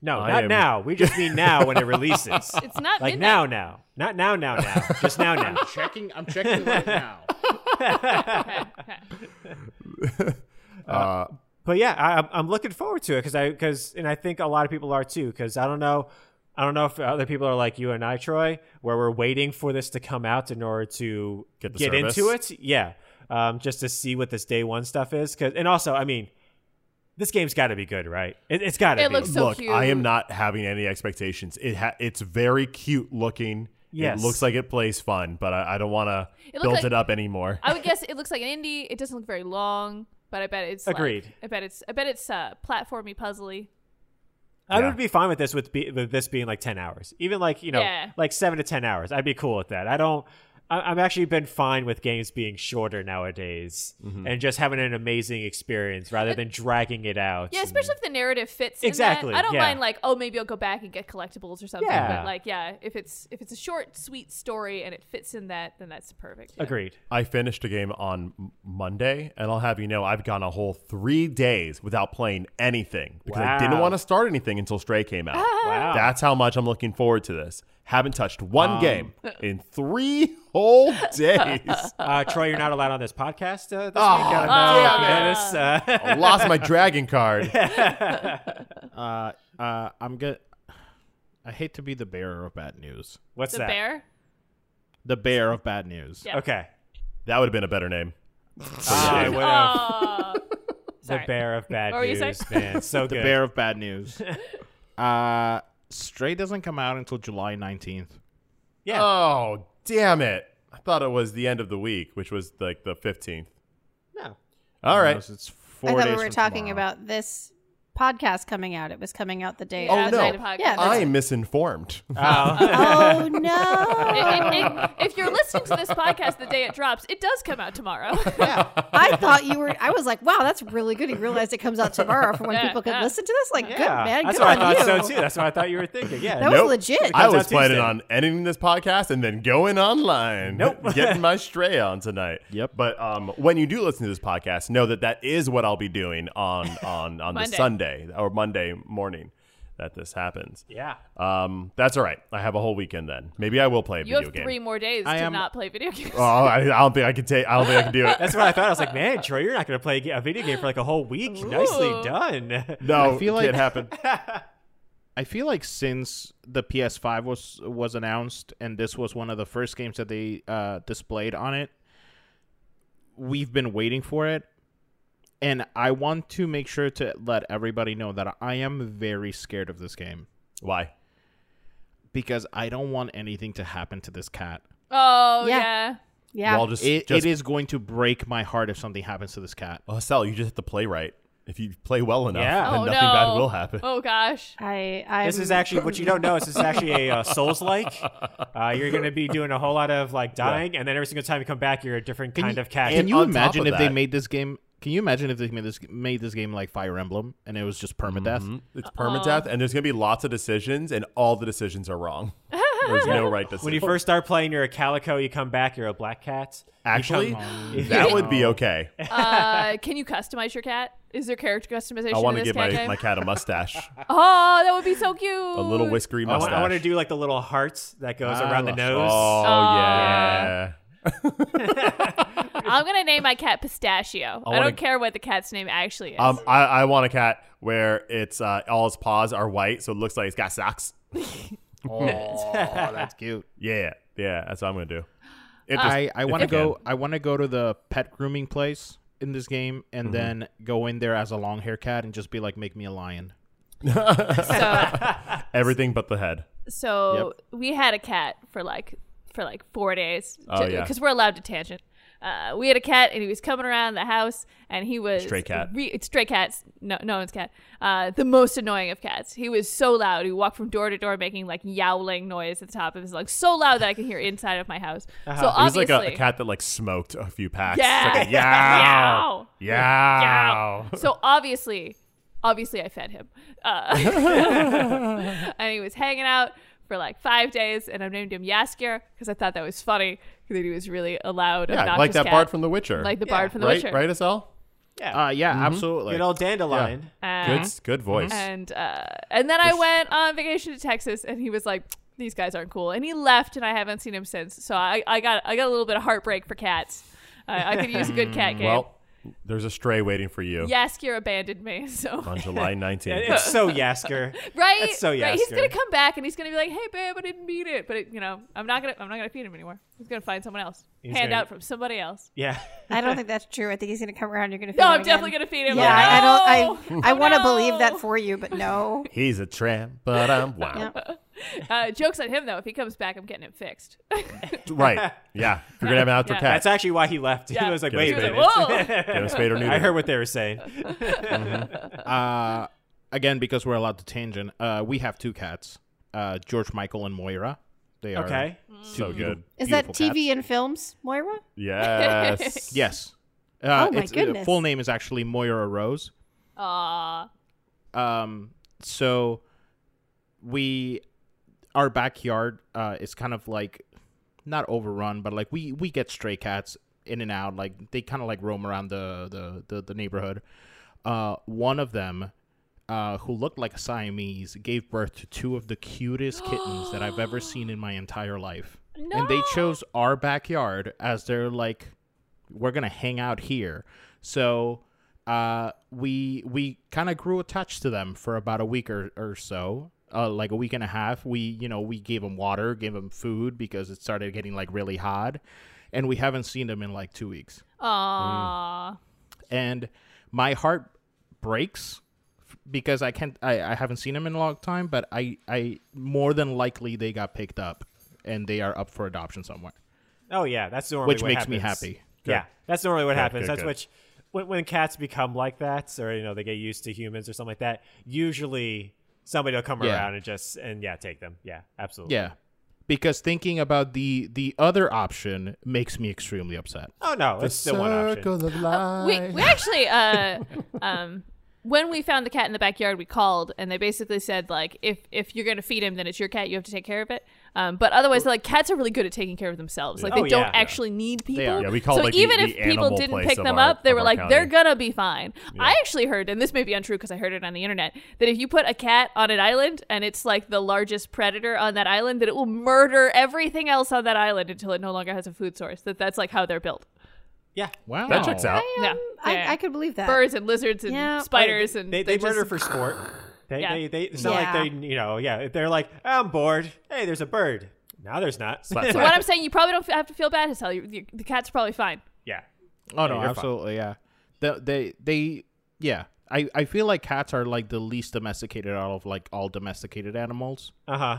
Speaker 3: No,
Speaker 2: I
Speaker 3: not
Speaker 2: am-
Speaker 3: now. We just mean now when it releases.
Speaker 5: It's not
Speaker 3: like
Speaker 5: midnight.
Speaker 3: now, now, not now, now, now, just now, now.
Speaker 4: Checking. I'm checking right now.
Speaker 5: Okay, okay.
Speaker 2: Uh,
Speaker 3: But yeah, I, I'm- I'm looking forward to it because I because and I think a lot of people are too because I don't know. I don't know if other people are like you and I, Troy, where we're waiting for this to come out in order to
Speaker 2: Get the
Speaker 3: get
Speaker 2: service.
Speaker 3: into it. Yeah, um, just to see what this day one stuff is. 'Cause- and also, I mean, this game's got to be good, right? It, it's got to
Speaker 5: It
Speaker 3: be.
Speaker 5: looks so
Speaker 2: Look,
Speaker 5: cute.
Speaker 2: I am not having any expectations. It ha- it's very cute looking.
Speaker 3: Yes.
Speaker 2: It looks like it plays fun, but I, I don't want to
Speaker 5: It looks
Speaker 2: build
Speaker 5: like-
Speaker 2: it up anymore.
Speaker 5: I would guess it looks like an indie. It doesn't look very long, but I bet it's like-
Speaker 3: Agreed.
Speaker 5: I bet it's I bet it's uh, platformy puzzly.
Speaker 3: I
Speaker 2: Yeah.
Speaker 3: would be fine with this with, be, with this being like ten hours, even like you know,
Speaker 5: Yeah.
Speaker 3: like seven to ten hours. I'd be cool with that. I don't. I, I'm actually been fine with games being shorter nowadays
Speaker 2: Mm-hmm.
Speaker 3: and just having an amazing experience rather than dragging it out.
Speaker 5: Yeah,
Speaker 3: and-
Speaker 5: especially if the narrative fits. in that.
Speaker 3: Exactly,
Speaker 5: I don't
Speaker 3: yeah.
Speaker 5: mind like, oh, maybe I'll go back and get collectibles or something.
Speaker 3: Yeah.
Speaker 5: But like, yeah, if it's if it's a short, sweet story and it fits in that, then that's perfect. yeah.
Speaker 3: agreed.
Speaker 2: I finished a game on M- Monday, and I'll have you know I've gone a whole three days without playing anything because I didn't
Speaker 3: Wow. Ah.
Speaker 5: Uh,
Speaker 2: want to start anything until Stray came out.
Speaker 3: Wow.
Speaker 2: That's how much I'm looking forward to this. Haven't touched one
Speaker 3: Um.
Speaker 2: game in three whole days.
Speaker 3: Uh, Troy, you're not allowed on this podcast uh, this
Speaker 2: Oh,
Speaker 3: week. I don't
Speaker 2: damn
Speaker 3: know
Speaker 2: it.
Speaker 3: if you noticed, uh,
Speaker 2: I lost my dragon card.
Speaker 4: Uh, uh, I'm gonna. I hate to be the bearer of bad news.
Speaker 3: what's
Speaker 5: The
Speaker 3: that?
Speaker 5: bear?
Speaker 4: The bear of bad news.
Speaker 5: Yeah.
Speaker 3: Okay.
Speaker 2: That would have been a better name.
Speaker 3: I would have
Speaker 5: Oh.
Speaker 3: uh, the
Speaker 5: Sorry.
Speaker 3: bear of bad
Speaker 5: What were you
Speaker 3: news,
Speaker 5: saying?
Speaker 3: man. So
Speaker 4: The
Speaker 3: good.
Speaker 4: bear of bad news. uh, Stray doesn't come out until July 19th.
Speaker 3: Yeah.
Speaker 2: Oh, damn it. I thought it was the end of the week, which was like the 15th.
Speaker 3: no.
Speaker 2: All right.
Speaker 4: Unless It's four
Speaker 6: I thought we
Speaker 4: days
Speaker 6: were
Speaker 4: from
Speaker 6: talking
Speaker 4: tomorrow.
Speaker 6: about this podcast coming out. It was coming out the day.
Speaker 5: Yeah,
Speaker 2: Oh,
Speaker 5: the
Speaker 2: no.
Speaker 5: night of podcast.
Speaker 6: Yeah,
Speaker 2: I am misinformed.
Speaker 3: Oh.
Speaker 6: oh no!
Speaker 5: It- it- it- if you're listening to this podcast the day it drops, it does come out tomorrow.
Speaker 6: I thought you were. I was like, wow, that's really good. He realized it comes out tomorrow for when
Speaker 5: Yeah,
Speaker 6: people could
Speaker 5: yeah.
Speaker 6: listen to this. Like, good
Speaker 3: yeah.
Speaker 6: man,
Speaker 3: That's
Speaker 6: good
Speaker 3: what I
Speaker 6: on
Speaker 3: thought
Speaker 6: you.
Speaker 3: so too. That's what I thought you were thinking. Yeah.
Speaker 6: That was legit.
Speaker 2: I
Speaker 3: Comes
Speaker 2: was
Speaker 3: out
Speaker 2: planning
Speaker 3: Tuesday.
Speaker 2: on editing this podcast and then going online.
Speaker 3: Nope.
Speaker 2: getting my stray on tonight.
Speaker 4: Yep.
Speaker 2: But um, when you do listen to this podcast, know that that is what I'll be doing on on on the
Speaker 5: Monday.
Speaker 2: Sunday or Monday morning that this happens.
Speaker 3: yeah.
Speaker 2: Um, that's all right. I have a whole weekend then. Maybe I will play a
Speaker 5: you
Speaker 2: video
Speaker 5: have
Speaker 2: game.
Speaker 5: three more days
Speaker 4: I
Speaker 5: to
Speaker 4: am-
Speaker 5: not play video games.
Speaker 2: oh, I, I don't think I can take. I don't think I can do it.
Speaker 3: That's what I thought. I was like, man, Troy, you're not going to play a ga- a video game for like a whole week. Nicely
Speaker 5: Ooh.
Speaker 3: done.
Speaker 2: No,
Speaker 4: I feel
Speaker 2: it
Speaker 4: like-
Speaker 2: can't happen.
Speaker 4: I feel like since the PS5 was was announced and this was one of the first games that they uh, displayed on it, we've been waiting for it, and I want to make sure to let everybody know that I am very scared of this game
Speaker 2: Why?
Speaker 4: because I don't want anything to happen to this cat.
Speaker 5: Oh,
Speaker 6: Yeah.
Speaker 5: yeah.
Speaker 6: Yeah,
Speaker 2: Well, just,
Speaker 4: It,
Speaker 2: just
Speaker 4: it is going to break my heart if something happens to this cat.
Speaker 2: Oh, Sal, you just have to play right. If you play well enough,
Speaker 3: Yeah.
Speaker 2: then
Speaker 5: Oh,
Speaker 2: nothing bad
Speaker 5: no.
Speaker 2: will happen.
Speaker 5: Oh, gosh.
Speaker 6: I. i
Speaker 3: This is actually what you don't know is this is actually a uh, Souls-like. Uh, you're going to be doing a whole lot of like dying, and then every single time you come back, you're a different kind of cat.
Speaker 4: Can
Speaker 2: And
Speaker 4: you
Speaker 2: on top
Speaker 4: imagine
Speaker 2: of
Speaker 4: if they
Speaker 2: that-
Speaker 4: made this game? Can you imagine if they made this made this game like Fire Emblem and it was just permadeath?
Speaker 2: It's permadeath, and there's gonna be lots of decisions, and all the decisions are wrong. There's no right decision.
Speaker 3: when you first start playing, you're a calico. You come back, you're a black cat. You come-
Speaker 2: actually,
Speaker 4: Oh,
Speaker 2: that would be
Speaker 3: um,
Speaker 2: okay.
Speaker 5: Uh, can you customize your cat? Is there character customization
Speaker 2: I
Speaker 5: in
Speaker 2: want to
Speaker 5: this
Speaker 2: give
Speaker 5: cat
Speaker 2: my,
Speaker 5: game?
Speaker 2: my cat a mustache,
Speaker 5: Oh, that would be so cute.
Speaker 2: a little whiskery
Speaker 3: I, wa-
Speaker 2: mustache.
Speaker 3: I want to do like the little hearts that goes
Speaker 4: Ah,
Speaker 3: around the
Speaker 4: lush.
Speaker 3: nose.
Speaker 2: Oh
Speaker 5: yeah.
Speaker 2: yeah.
Speaker 5: I'm gonna name my cat Pistachio. I,
Speaker 2: wanna-
Speaker 5: don't care what the cat's name actually is.
Speaker 2: Um, I, I want a cat where it's uh, all its paws are white, so it looks like it's got socks.
Speaker 4: Oh, that's cute.
Speaker 2: Yeah, yeah, that's what I'm gonna do. It
Speaker 5: Uh,
Speaker 2: just-
Speaker 4: I, I
Speaker 2: if
Speaker 4: want to
Speaker 2: you can.
Speaker 4: go. I want to go to the pet grooming place in this game, and
Speaker 6: Mm-hmm.
Speaker 4: then go in there as a long hair cat and just be like, "Make me a lion."
Speaker 5: so,
Speaker 2: everything but the head.
Speaker 5: so we had a cat for like for like four days
Speaker 2: Oh, yeah.
Speaker 5: because we're allowed to tangent. Uh, we had a cat and he was coming around the house and he was
Speaker 2: Stray cat.
Speaker 5: Re- stray cats. No, no one's cat. Uh, the most annoying of cats. He was so loud. He walked from door to door making like yowling noise at the top of his lungs, so loud that I could hear inside of my house. So
Speaker 2: It was
Speaker 5: obviously,
Speaker 2: like a, a cat that like smoked a few packs.
Speaker 5: Yeah.
Speaker 2: It's like a yow,
Speaker 5: Yow.
Speaker 2: yow.
Speaker 5: So obviously, obviously, I fed him, uh, and he was hanging out for like five days, and I named him Yaskier because I thought that was funny that he was really a loud,
Speaker 2: Yeah,
Speaker 5: obnoxious
Speaker 2: like that
Speaker 5: cat.
Speaker 2: Bart from The Witcher.
Speaker 5: like the
Speaker 3: Yeah,
Speaker 5: bard from The
Speaker 2: right,
Speaker 5: Witcher,
Speaker 2: right, Asel.
Speaker 3: yeah.
Speaker 4: Uh, yeah,
Speaker 6: Mm-hmm.
Speaker 4: absolutely.
Speaker 3: Good old dandelion.
Speaker 5: Uh,
Speaker 2: Good, s- good voice.
Speaker 5: And uh, and then I went on vacation to Texas, and he was like. These guys aren't cool, and he left, and I haven't seen him since. So I, I got I got a little bit of heartbreak for cats. I I could use a good cat game.
Speaker 2: Mm, Well, there's a stray waiting for you
Speaker 5: Yaskier abandoned me, so
Speaker 2: on July 19th.
Speaker 3: It's so Yasker.
Speaker 5: right?
Speaker 3: That's so
Speaker 5: right. He's
Speaker 3: Yasker.
Speaker 5: gonna come back and he's gonna be like, "Hey, babe, I didn't mean it," but it, you know, I'm not gonna, I'm not gonna feed him anymore. He's gonna find someone else,
Speaker 3: He's
Speaker 5: hand
Speaker 3: gonna-
Speaker 5: out from somebody else.
Speaker 3: Yeah.
Speaker 6: I don't think that's true. I think he's gonna come around. You're gonna.
Speaker 5: No, I'm definitely gonna feed him.
Speaker 6: Yeah, I- I
Speaker 5: Oh,
Speaker 6: don't.
Speaker 5: no!
Speaker 6: I I
Speaker 5: Oh,
Speaker 6: want to
Speaker 5: no!
Speaker 6: believe that for you, but no.
Speaker 2: He's a tramp, but I'm wow.
Speaker 5: Uh, jokes on him though. If he comes back, I'm getting him fixed.
Speaker 2: Right. Yeah. If you're going to have an outdoor
Speaker 5: Yeah.
Speaker 3: That's
Speaker 2: cat,
Speaker 3: actually why he left.
Speaker 5: Yeah.
Speaker 3: He was like,
Speaker 2: Get
Speaker 3: wait
Speaker 5: he
Speaker 3: a
Speaker 5: was like,
Speaker 3: minute.
Speaker 5: "Whoa!"
Speaker 2: get him spayed or neutered.
Speaker 3: I heard what they were saying.
Speaker 4: Uh, again, because we're allowed to tangent. Uh, we have two cats, uh, George Michael and Moira. They are
Speaker 3: Okay.
Speaker 4: two
Speaker 2: So
Speaker 4: beauti-
Speaker 2: good.
Speaker 6: Is that
Speaker 4: beautiful
Speaker 6: TV
Speaker 4: cats.
Speaker 6: and films, Moira?
Speaker 2: Yes.
Speaker 4: Yes. Uh,
Speaker 6: Oh my
Speaker 4: it's- uh,
Speaker 6: goodness.
Speaker 4: full name is actually Moira Rose.
Speaker 5: Aw.
Speaker 4: Um, so we, our backyard uh, is kind of like not overrun, but like we we get stray cats in and out. Like they kind of like roam around the the the, the neighborhood. Uh, one of them. uh, who looked like a Siamese, gave birth to two of the cutest kittens that I've ever seen in my entire life. And they
Speaker 5: No.
Speaker 4: chose our backyard as their like we're gonna hang out here. So uh, we we kind of grew attached to them for about a week or, or so, uh, like a week and a half. We you know we gave them water, gave them food because it started getting like really hot, and we haven't seen them in like two weeks.
Speaker 3: Mm.
Speaker 5: Aww.
Speaker 4: And my heart breaks f- because I can't I, I haven't seen them in a long time, but I I more than likely they got picked up and they are up for adoption somewhere.
Speaker 3: Oh yeah, that's normally
Speaker 4: Which
Speaker 3: what
Speaker 4: makes me
Speaker 3: happens.
Speaker 4: happy.
Speaker 3: Yeah, that's normally what happens.
Speaker 2: good,
Speaker 3: that's
Speaker 2: good.
Speaker 3: which when, when cats become like that, or you know they get used to humans or something like that. Usually somebody will come
Speaker 4: Yeah.
Speaker 3: around and just and yeah take them. Yeah, absolutely.
Speaker 4: Yeah. Because thinking about the the other option makes me extremely upset.
Speaker 3: Oh no, it's still one option.
Speaker 2: of life.
Speaker 5: We, we actually, uh, um, when we found the cat in the backyard, we called and they basically said, like, if, if you're going to feed him, then it's your cat. You have to take care of it. Um, but otherwise, like, cats are really good at taking care of themselves. Like, they
Speaker 3: Oh,
Speaker 5: don't
Speaker 3: yeah.
Speaker 5: actually need people.
Speaker 4: are.
Speaker 2: Yeah, we call
Speaker 5: so
Speaker 2: it, like, the-
Speaker 5: even
Speaker 2: the
Speaker 5: if people
Speaker 2: animal
Speaker 5: didn't
Speaker 2: place
Speaker 5: pick
Speaker 2: of
Speaker 5: them
Speaker 2: our-
Speaker 5: up, they
Speaker 2: of
Speaker 5: were
Speaker 2: our
Speaker 5: like,
Speaker 2: county.
Speaker 5: they're gonna be fine. I actually heard, and this may be untrue because I heard it on the internet, that if you put a cat on an island and it's like the largest predator on that island, that it will murder everything else on that island until it no longer has a food source. That that's like how they're built.
Speaker 3: Yeah,
Speaker 4: Wow.
Speaker 2: that checks out.
Speaker 5: Yeah.
Speaker 6: I,
Speaker 5: Yeah.
Speaker 6: I could believe that.
Speaker 5: Birds and lizards and
Speaker 6: Yeah.
Speaker 5: spiders and
Speaker 3: they they
Speaker 5: they're
Speaker 3: murder
Speaker 5: just-
Speaker 3: for sport. They,
Speaker 5: Yeah.
Speaker 3: they, they, it's not
Speaker 6: Yeah.
Speaker 3: like they, you know, yeah, they're like, I'm bored. Hey, there's a bird. Now there's not.
Speaker 2: Slap, slap.
Speaker 5: What I'm saying, you probably don't f- have to feel bad, Hassel. You, you, the cat's probably fine.
Speaker 3: yeah.
Speaker 4: Oh no,
Speaker 3: you're fine.
Speaker 4: absolutely, yeah. They, they they yeah. I, I feel like cats are like the least domesticated out of like all domesticated animals.
Speaker 3: Uh huh.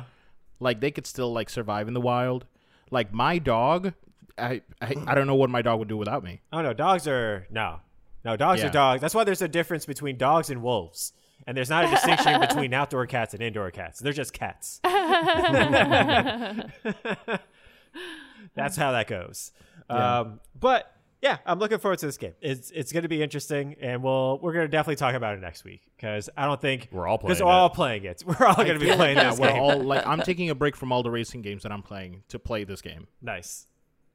Speaker 4: Like they could still like survive in the wild. Like my dog, I I, I don't know what my dog would do without me.
Speaker 3: Oh no, dogs are no, no dogs
Speaker 4: Yeah.
Speaker 3: are dogs. That's why there's a difference between dogs and wolves, and there's not a distinction between outdoor cats and indoor cats. They're just cats. That's how that goes. Um, but yeah, I'm looking forward to this game. It's it's going to be interesting, and we'll we're going to definitely talk about it next week because I don't think
Speaker 2: We're all
Speaker 3: because
Speaker 2: playing
Speaker 3: we're
Speaker 2: it.
Speaker 3: all playing it. We're all going to be playing
Speaker 4: Yeah,
Speaker 3: this
Speaker 4: we're
Speaker 3: game.
Speaker 4: all like I'm taking a break from all the racing games that I'm playing to play this game.
Speaker 3: nice,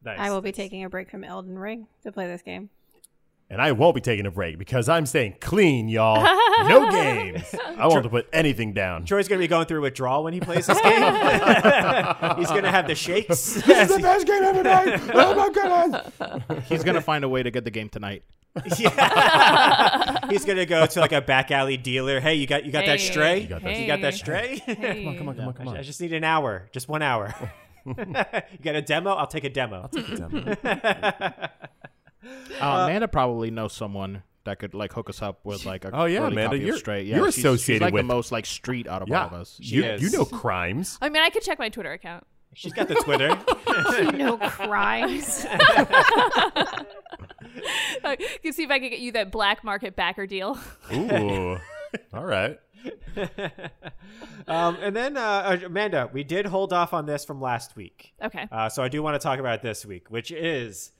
Speaker 3: nice.
Speaker 6: I will be taking a break from Elden Ring to play this game.
Speaker 2: And I won't be taking a break because I'm staying clean, y'all. No games. I won't have to put anything down.
Speaker 3: Troy's going to be going through withdrawal when he plays this game. He's going to have the shakes.
Speaker 2: best game ever made. Oh my god!
Speaker 4: He's gonna find a way to get the game tonight.
Speaker 3: Yeah. He's gonna go to like a back alley dealer. Hey, you got you got that
Speaker 5: Hey,
Speaker 3: stray?
Speaker 5: You got
Speaker 2: that-
Speaker 3: You got that stray?
Speaker 5: Hey.
Speaker 2: Come on, come on, come
Speaker 3: I
Speaker 2: on.
Speaker 3: just need an hour, just one hour. you got a demo? I'll take a demo.
Speaker 4: Uh, Amanda probably knows someone that could like hook us up with like a
Speaker 2: Oh, yeah,
Speaker 4: early
Speaker 2: Amanda,
Speaker 4: copy of
Speaker 2: you're-
Speaker 4: Stray. Yeah,
Speaker 2: you're
Speaker 4: she's- she's,
Speaker 2: associated
Speaker 4: like
Speaker 2: with-
Speaker 4: the most like street out of all of
Speaker 2: Yeah,
Speaker 4: us.
Speaker 2: you,
Speaker 3: Yes.
Speaker 2: you know crimes.
Speaker 5: I mean, I could check my Twitter account.
Speaker 3: She's got the Twitter.
Speaker 6: You know crimes.
Speaker 5: I can see if I can get you that black market backer deal.
Speaker 2: Ooh. All right.
Speaker 3: um, and then uh, uh, Amanda, we did hold off on this from last week,
Speaker 5: Okay.
Speaker 3: uh, so I do want to talk about it this week, which is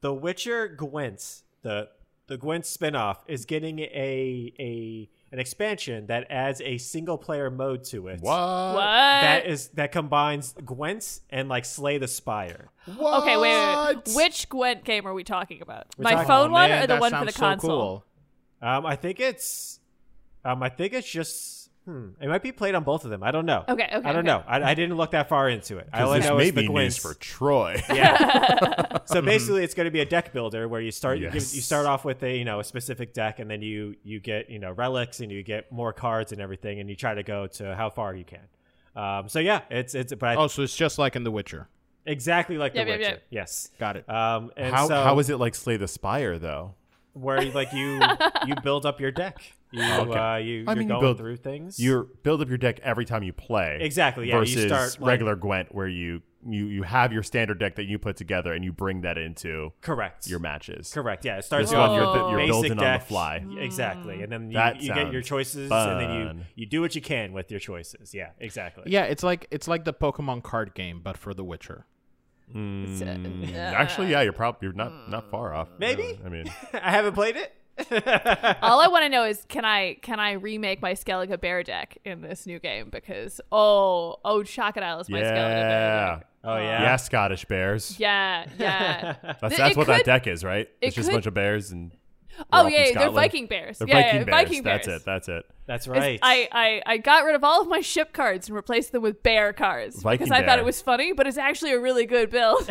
Speaker 3: The Witcher Gwent. The the Gwent spinoff is getting a a an expansion that adds a single player mode to it.
Speaker 5: what?
Speaker 2: What?
Speaker 3: that is that combines Gwent and like Slay the Spire.
Speaker 5: okay, wait, wait, wait. Which Gwent game are we talking about? my
Speaker 3: talking-
Speaker 5: phone
Speaker 4: Oh,
Speaker 5: one
Speaker 4: man,
Speaker 5: or the
Speaker 4: that
Speaker 5: one for the
Speaker 4: sounds so
Speaker 5: console?
Speaker 4: cool.
Speaker 3: Um, I think it's, um, I think it's just. Hmm, it might be played on both of them. I don't know.
Speaker 5: Okay, okay,
Speaker 3: I don't
Speaker 5: okay.
Speaker 3: know. I, I didn't look that far into it. I only
Speaker 2: this
Speaker 3: know
Speaker 2: may
Speaker 3: it's the
Speaker 2: be news
Speaker 3: Gwent.
Speaker 2: for Troy.
Speaker 3: so basically, it's going to be a deck builder where you start you, give,
Speaker 2: Mm-hmm. Yes.
Speaker 3: you start off with a you know a specific deck, and then you you get you know relics and you get more cards and everything, and you try to go to how far you can. Um, so yeah, it's it's but I,
Speaker 4: Oh, so it's just like in The Witcher.
Speaker 3: exactly like
Speaker 5: Yep,
Speaker 3: The
Speaker 5: yep,
Speaker 3: Witcher.
Speaker 5: yep.
Speaker 3: Yes.
Speaker 4: Got it.
Speaker 3: Um, and
Speaker 2: how,
Speaker 3: so,
Speaker 2: how is it like Slay the Spire though?
Speaker 3: where like you you build up your deck. You uh, you you're
Speaker 2: mean, you
Speaker 3: going
Speaker 2: build-
Speaker 3: through things.
Speaker 2: You build up your deck every time you play.
Speaker 3: Exactly, yeah, you
Speaker 2: Versus
Speaker 3: start, like-
Speaker 2: regular Gwent, where you, you you have your standard deck that you put together and you bring that into
Speaker 3: correct.
Speaker 2: your matches.
Speaker 3: correct. Yeah, it starts
Speaker 2: This
Speaker 3: off
Speaker 2: one you're,
Speaker 5: Oh.
Speaker 2: you're
Speaker 3: basic
Speaker 2: building on the
Speaker 3: deck.
Speaker 2: fly.
Speaker 3: Y- Exactly, and then you,
Speaker 2: That
Speaker 3: you get your
Speaker 2: sounds
Speaker 3: choices, and then you
Speaker 2: fun.
Speaker 3: you do what you can with your choices. Yeah, exactly.
Speaker 4: Yeah, it's like it's like the Pokemon card game, but for The Witcher.
Speaker 5: It's, uh,
Speaker 2: Actually, yeah, you're probably you're not not far off. Uh,
Speaker 3: Maybe.
Speaker 2: I mean,
Speaker 3: I haven't played it.
Speaker 5: All I want to know is can I can I remake my Skellige bear deck in this new game because oh oh Chocodile is my Skellige bear
Speaker 2: yeah,
Speaker 5: deck.
Speaker 3: Oh yeah,
Speaker 2: yeah, Scottish bears.
Speaker 5: Yeah, yeah.
Speaker 2: That's
Speaker 5: Th-
Speaker 2: that's
Speaker 5: it
Speaker 2: what that
Speaker 5: could-
Speaker 2: deck is, right?
Speaker 5: it
Speaker 2: It's just a
Speaker 5: could-
Speaker 2: bunch of bears and
Speaker 5: Oh
Speaker 2: up in
Speaker 5: yeah, they're
Speaker 2: Scotland.
Speaker 5: Viking bears.
Speaker 2: They're
Speaker 5: yeah,
Speaker 2: Viking,
Speaker 5: yeah,
Speaker 2: bears.
Speaker 5: Viking bears.
Speaker 2: That's it. That's it.
Speaker 3: That's
Speaker 5: It's-
Speaker 3: right.
Speaker 5: I, I, I got rid of all of my ship cards and replaced them with bear cards
Speaker 2: Viking
Speaker 5: because I thought
Speaker 2: bear.
Speaker 5: it was funny, but it's actually a really good build.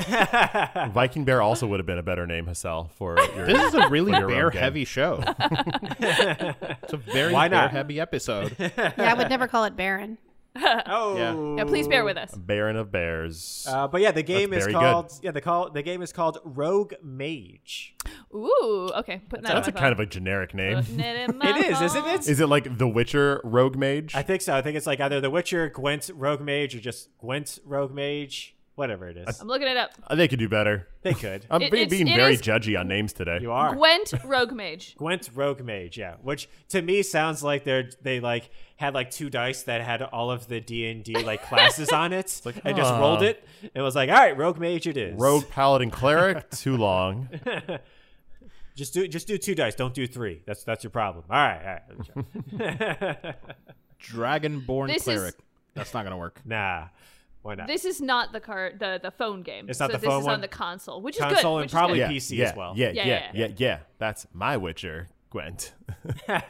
Speaker 2: Viking Bear also would have been a better name, Hassel, for your.
Speaker 4: This is a really
Speaker 2: your own game.
Speaker 4: bear heavy show. it's a very
Speaker 3: Why
Speaker 4: bear
Speaker 3: not?
Speaker 4: heavy episode.
Speaker 6: Yeah, I would never call it Baron.
Speaker 3: oh.
Speaker 5: Now, please bear with us.
Speaker 2: Baron of Bears.
Speaker 3: Uh, but yeah, the game
Speaker 2: That's
Speaker 3: is
Speaker 2: very good.
Speaker 3: called yeah the call the game is called Rogue Mage.
Speaker 5: Ooh, okay. Putting that
Speaker 2: That's a
Speaker 5: on my
Speaker 2: kind of a generic name.
Speaker 5: phone. Knit in my
Speaker 3: It is, isn't
Speaker 5: phone.
Speaker 3: it?
Speaker 2: Is it like The Witcher Rogue Mage?
Speaker 3: I think so. I think it's like either The Witcher, Gwent Rogue Mage, or just Gwent Rogue Mage. Whatever it is,
Speaker 5: I'm looking it up.
Speaker 2: Uh, they could do better.
Speaker 3: they could.
Speaker 2: I'm
Speaker 5: It-
Speaker 2: be-
Speaker 5: it's-
Speaker 2: being
Speaker 5: it
Speaker 2: very
Speaker 5: is-
Speaker 2: judgy on names today.
Speaker 3: You are
Speaker 5: Gwent Rogue Mage.
Speaker 3: Gwent Rogue Mage, yeah. Which to me sounds like they're they like had like two dice that had all of the D and D like classes on it, and just
Speaker 2: huh.
Speaker 3: rolled it and was like, all right, Rogue Mage, it is.
Speaker 2: Rogue Paladin Cleric, too long.
Speaker 3: Just do just do two dice. Don't do three. That's that's your problem. All right. All right.
Speaker 4: Dragonborn
Speaker 5: This is-
Speaker 4: cleric. That's not gonna work.
Speaker 3: nah. Why not?
Speaker 5: This is not the card, the the phone game.
Speaker 3: It's not
Speaker 5: so
Speaker 3: the
Speaker 5: this
Speaker 3: phone
Speaker 5: is
Speaker 3: one?
Speaker 5: on the console, which is
Speaker 3: Console
Speaker 5: good.
Speaker 3: and
Speaker 5: which
Speaker 3: probably
Speaker 5: is
Speaker 3: Yeah,
Speaker 5: good.
Speaker 3: PC
Speaker 2: yeah,
Speaker 3: as well.
Speaker 2: Yeah, yeah,
Speaker 5: Yeah,
Speaker 2: yeah, yeah,
Speaker 5: yeah.
Speaker 2: That's my Witcher, Gwent.
Speaker 3: and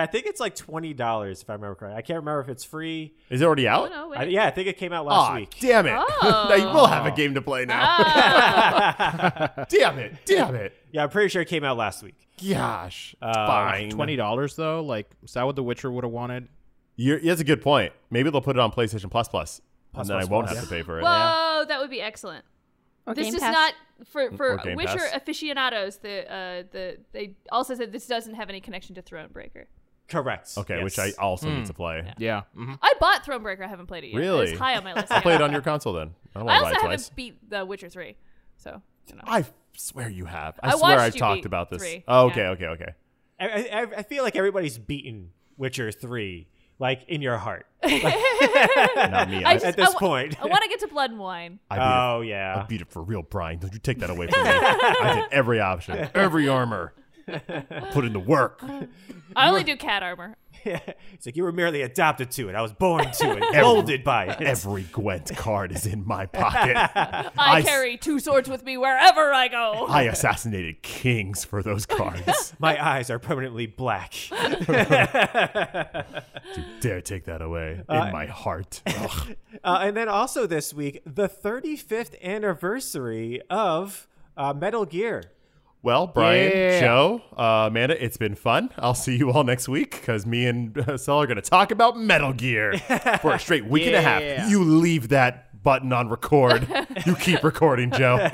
Speaker 3: I think it's like twenty dollars if I remember correctly. I can't remember if it's free.
Speaker 2: Is it already
Speaker 5: Oh,
Speaker 2: out?
Speaker 5: no, wait.
Speaker 3: I, yeah, I think it came out last
Speaker 2: Aw,
Speaker 3: week.
Speaker 2: damn it.
Speaker 5: Oh.
Speaker 2: now you will have a game to play now. damn it. Damn it.
Speaker 3: Yeah, I'm pretty sure it came out last week.
Speaker 2: Gosh. Fine.
Speaker 4: Twenty dollars though, like is that what The Witcher would have wanted?
Speaker 2: You're, that's a good point. Maybe they'll put it on PlayStation Plus Plus, and then
Speaker 3: Plus
Speaker 2: I won't
Speaker 3: Plus.
Speaker 2: have to pay for it.
Speaker 5: Whoa, that would be excellent.
Speaker 6: Or
Speaker 5: this
Speaker 6: Game
Speaker 5: is
Speaker 6: Pass.
Speaker 5: not for
Speaker 2: Or
Speaker 5: for
Speaker 2: Game
Speaker 5: Witcher
Speaker 2: Pass.
Speaker 5: aficionados. The uh the they also said this doesn't have any connection to Thronebreaker.
Speaker 3: Correct.
Speaker 2: Okay,
Speaker 3: Yes. Hmm.
Speaker 2: which I also need to play.
Speaker 4: Yeah. mhm.
Speaker 5: I bought Thronebreaker. I haven't played it yet.
Speaker 2: Really?
Speaker 5: It's high on my list.
Speaker 2: Play it on your console then. I
Speaker 5: I
Speaker 2: don't want to buy
Speaker 5: also
Speaker 2: it
Speaker 5: haven't
Speaker 2: twice.
Speaker 5: beat The Witcher three, so you know.
Speaker 2: I swear you have. I,
Speaker 5: I
Speaker 2: swear
Speaker 5: watched
Speaker 2: I've
Speaker 5: you
Speaker 2: talked
Speaker 5: beat
Speaker 2: about this.
Speaker 5: three.
Speaker 2: Oh,
Speaker 5: Yeah.
Speaker 2: okay, okay, okay.
Speaker 3: I, I, I feel like everybody's beaten Witcher three, like in your heart
Speaker 2: Not me.
Speaker 5: I
Speaker 2: I,
Speaker 5: just-
Speaker 3: at this
Speaker 5: wa-
Speaker 3: point.
Speaker 5: I want to get to Blood and Wine.
Speaker 2: I beat it.
Speaker 3: oh
Speaker 2: I
Speaker 3: yeah,
Speaker 2: beat it for real, Brian. Don't you take that away from me. I did every option, every armor. Put in the work.
Speaker 5: I only do cat armor.
Speaker 3: it's like you were merely adopted to it. I was born to it, molded by it.
Speaker 2: Every Gwent card is in my pocket.
Speaker 5: I,
Speaker 2: I-
Speaker 5: carry two swords with me wherever I go.
Speaker 2: I assassinated kings for those cards.
Speaker 3: My eyes are permanently black.
Speaker 2: Dare take that away in my heart. Ugh.
Speaker 3: Uh, and then also this week, the 35th anniversary of uh, Metal Gear.
Speaker 2: Well, Brian,
Speaker 4: Yeah.
Speaker 2: Joe, uh, Amanda, it's been fun. I'll see you all next week because me and uh, Sel are going to talk about Metal Gear for a straight week and a
Speaker 4: Yeah.
Speaker 2: half. You leave that button on record. you keep recording, Joe.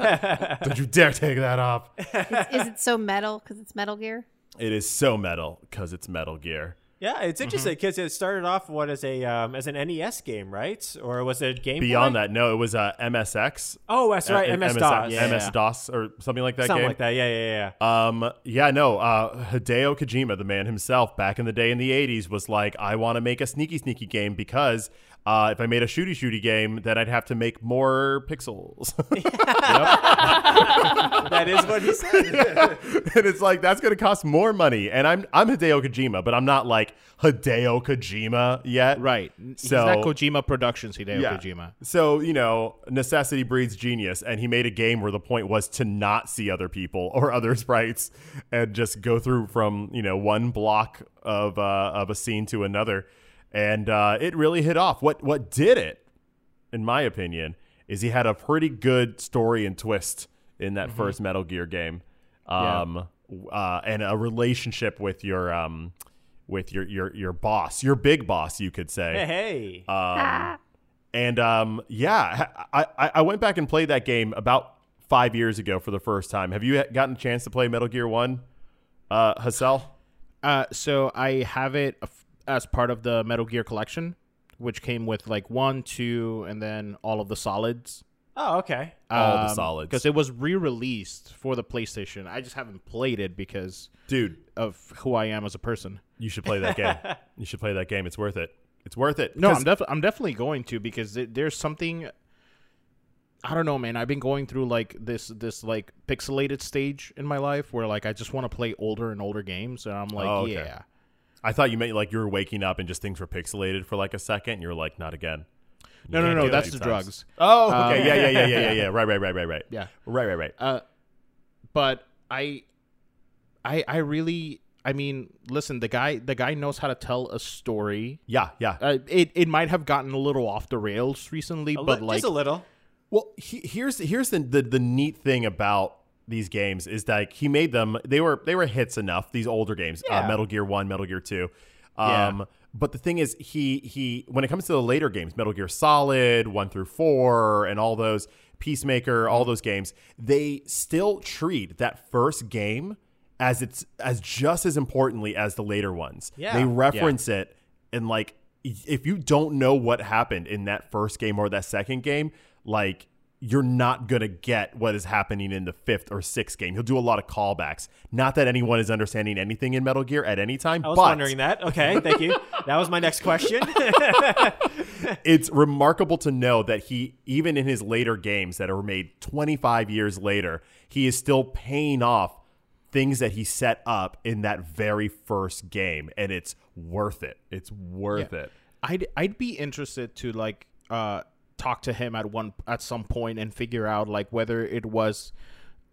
Speaker 2: Don't you dare take that off.
Speaker 6: Is it so metal because it's Metal Gear?
Speaker 2: It is so metal because it's Metal Gear.
Speaker 3: Yeah, it's interesting because it started off what as a um, as an NES game, right? Or was it Game
Speaker 2: Beyond
Speaker 3: Boy?
Speaker 2: that, no, it was uh, MSX.
Speaker 3: Oh, that's right,
Speaker 2: Uh,
Speaker 3: MS
Speaker 2: MSX,
Speaker 3: DOS,
Speaker 4: Yeah.
Speaker 2: MS DOS or something like that.
Speaker 3: something
Speaker 2: game.
Speaker 3: like that. Yeah, yeah, yeah.
Speaker 2: Um, yeah, no, uh, Hideo Kojima, the man himself, back in the day in the 80s, was like, I want to make a sneaky, sneaky game because uh, if I made a shooty, shooty game, then I'd have to make more pixels. Uh,
Speaker 3: that is what he said.
Speaker 2: and it's like, that's going to cost more money. And I'm, I'm Hideo Kojima, but I'm not like Hideo Kojima yet.
Speaker 4: Right. He's
Speaker 2: So-
Speaker 4: not Kojima Productions, Hideo
Speaker 2: Yeah.
Speaker 4: Kojima.
Speaker 2: So, you know, necessity breeds genius. And he made a game where the point was to not see other people or other sprites and just go through from, you know, one block of, uh, of a scene to another. And uh, it really hit off. What, what did it, in my opinion, is he had a pretty good story and twist in that first Metal Gear game.
Speaker 4: Yeah.
Speaker 2: Um, uh, and a relationship with your, um, with your, your, your boss, your big boss, you could say.
Speaker 3: hey, hey.
Speaker 2: Uh, And um, yeah, I, I I went back and played that game about five years ago for the first time. Have you gotten a chance to play Metal Gear One, uh, Hassel?
Speaker 4: Uh, so I have it af- as part of the Metal Gear collection, which came with like one, two, and then all of the solids.
Speaker 3: oh, okay.
Speaker 2: All the solids.
Speaker 4: because Um, it was re-released for the PlayStation. I just haven't played it because
Speaker 2: Dude,
Speaker 4: of who I am as a person.
Speaker 2: you should play that game. you should play that game. It's worth it. It's worth it.
Speaker 4: No,
Speaker 2: 'Cause-
Speaker 4: I'm, def- I'm definitely going to because th- there's something. I don't know, man. I've been going through like this this like pixelated stage in my life where like I just want to play older and older games, and I'm like,
Speaker 2: Oh, okay.
Speaker 4: yeah,
Speaker 2: I thought you meant like you were waking up and just things were pixelated for like a second. And you were like, not again.
Speaker 4: no, no,
Speaker 2: can't
Speaker 4: no,
Speaker 2: do that
Speaker 4: that's the
Speaker 2: these
Speaker 4: drugs.
Speaker 2: times. Oh, okay. yeah, yeah, yeah,
Speaker 4: Uh,
Speaker 2: yeah, yeah, yeah. Right, right, right, right, right.
Speaker 4: Yeah.
Speaker 2: Right, right, right.
Speaker 4: but I I I really I mean, listen, the guy the guy knows how to tell a story.
Speaker 2: Yeah, yeah.
Speaker 4: Uh, it it might have gotten a little off the rails recently,
Speaker 3: A
Speaker 4: but
Speaker 3: li-
Speaker 4: like
Speaker 3: just a little.
Speaker 2: Well, he, here's here's the, the the neat thing about these games is that like, he made them. They were they were hits enough. These older games, uh, Metal Gear One, Metal Gear Two. Um,
Speaker 4: Yeah.
Speaker 2: But the thing is, he he when it comes to the later games, Metal Gear Solid One through Four, and all those Peacemaker, all those games, they still treat that first game as it's as just as importantly as the later ones.
Speaker 3: Yeah.
Speaker 2: They reference it and like if you don't know what happened in that first game or that second game like you're not going to get what is happening in the fifth or sixth game he'll do a lot of callbacks not that anyone is understanding anything in metal gear at any time
Speaker 3: I was
Speaker 2: but
Speaker 3: wondering that. Okay, thank you. that was my next question.
Speaker 2: it's remarkable to know that he even in his later games that are made 25 years later he is still paying off things that he set up in that very first game and it's worth it it's worth it
Speaker 4: I'd I'd be interested to like uh talk to him at one at some point and figure out like whether it was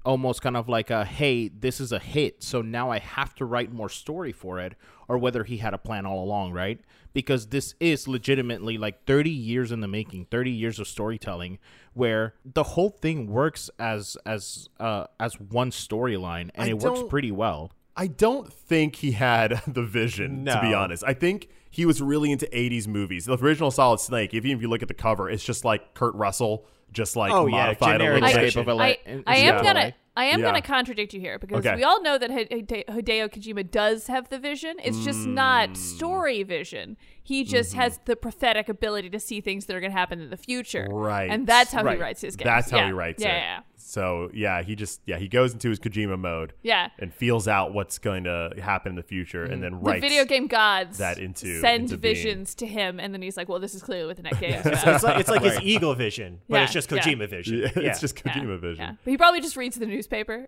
Speaker 4: almost kind of like a hey this is a hit so now I have to write more story for it or whether he had a plan all along right because this is legitimately like 30 years in the making 30 years of storytelling where the whole thing works as as uh as one storyline and
Speaker 2: I
Speaker 4: it works
Speaker 2: don't-
Speaker 4: pretty well
Speaker 2: I don't think he had the vision, to be
Speaker 3: No.
Speaker 2: honest. I think he was really into 80s movies. The original Solid Snake, even if you look at the cover, it's just like Kurt Russell, just like
Speaker 3: Oh, yeah,
Speaker 2: modified a
Speaker 3: generic
Speaker 2: little
Speaker 4: Escape
Speaker 2: bit.
Speaker 3: shit.
Speaker 4: of LA
Speaker 5: I, I
Speaker 4: Escape
Speaker 5: am
Speaker 4: of LA.
Speaker 5: gonna I am
Speaker 2: Yeah.
Speaker 5: gonna contradict you here because
Speaker 2: Okay.
Speaker 5: we all know that Hide- Hide- Hideo Kojima does have the vision. It's just not story vision. He just
Speaker 2: Mm-hmm.
Speaker 5: has the prophetic ability to see things that are gonna happen in the future.
Speaker 2: Right.
Speaker 5: And that's how
Speaker 4: Right.
Speaker 5: he writes his games.
Speaker 2: That's how
Speaker 5: Yeah.
Speaker 2: he writes
Speaker 5: yeah,
Speaker 2: it.
Speaker 5: Yeah.
Speaker 2: So yeah, he just yeah he goes into his Kojima mode,
Speaker 5: Yeah.
Speaker 2: and feels out what's going to happen in the future,
Speaker 3: Mm.
Speaker 2: and then
Speaker 5: The
Speaker 2: writes
Speaker 5: video game gods
Speaker 2: that into-
Speaker 5: send
Speaker 2: into being.
Speaker 5: visions to him, and then he's like, "Well, this is clearly what the next game is."
Speaker 3: So
Speaker 5: about."
Speaker 3: it's like it's like his eagle vision, but
Speaker 5: Yeah,
Speaker 3: it's just
Speaker 5: yeah.
Speaker 3: Kojima vision.
Speaker 2: Yeah,
Speaker 3: Yeah.
Speaker 2: It's just
Speaker 5: Yeah.
Speaker 2: Kojima vision.
Speaker 5: Yeah. But he probably just reads the newspaper.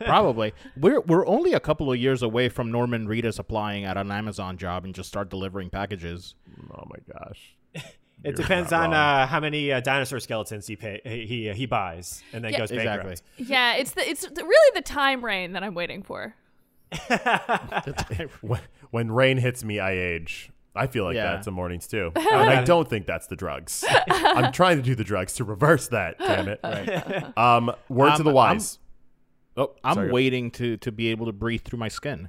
Speaker 4: Probably. We're we're only a couple of years away from Norman Reedus applying at an Amazon job and just start delivering packages.
Speaker 2: Oh my gosh.
Speaker 3: it depends
Speaker 2: not
Speaker 3: on
Speaker 2: wrong.
Speaker 3: uh, how many uh, dinosaur skeletons he pay, he he buys and then
Speaker 5: Yeah.
Speaker 3: goes
Speaker 4: Exactly.
Speaker 3: bankrupt.
Speaker 5: Yeah, it's the it's the, really the time reign that I'm waiting for.
Speaker 2: When, when rain hits me, I age. I feel like
Speaker 4: Yeah.
Speaker 2: that some mornings too, and I don't think that's the drugs. I'm trying to do the drugs to reverse that. Damn it! Um, word to
Speaker 4: Um,
Speaker 2: the
Speaker 4: I'm-
Speaker 2: wise. oh,
Speaker 4: I'm
Speaker 2: sorry.
Speaker 4: waiting to to be able to breathe through my skin.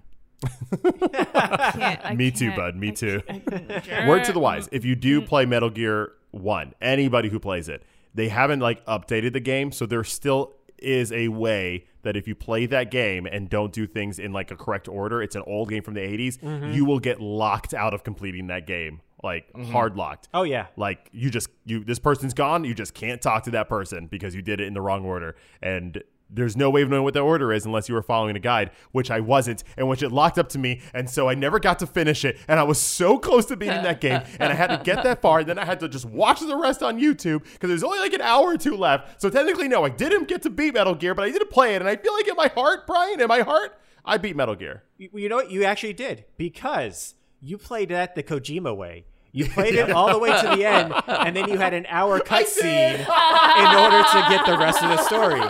Speaker 5: Can't- I
Speaker 2: Me too,
Speaker 5: can't-
Speaker 2: bud. Me
Speaker 5: I
Speaker 2: too.
Speaker 5: can't-
Speaker 2: Word to the wise. If you do play Metal Gear One, anybody who plays it, they haven't like updated the game, so there still is a way that if you play that game and don't do things in like a correct order, it's an old game from the 80s, you will get locked out of completing that game, like hard locked.
Speaker 3: Oh yeah.
Speaker 2: Like you just you this person's gone, you just can't talk to that person because you did it in the wrong order. And there's no way of knowing what the order is unless you were following a guide, which I wasn't, and which it locked up to me, and so I never got to finish it. And I was so close to beating that game, and I had to get that far, and then I had to just watch the rest on YouTube because there's only like an hour or two left. So technically, no, I didn't get to beat Metal Gear, but I did play it, and I feel like in my heart, Brian, in my heart, I beat Metal Gear.
Speaker 3: You, you know what? You actually did because you played that the Kojima way. You played it all the way to the end, and then you had an hour cutscene in order to get the rest of the story.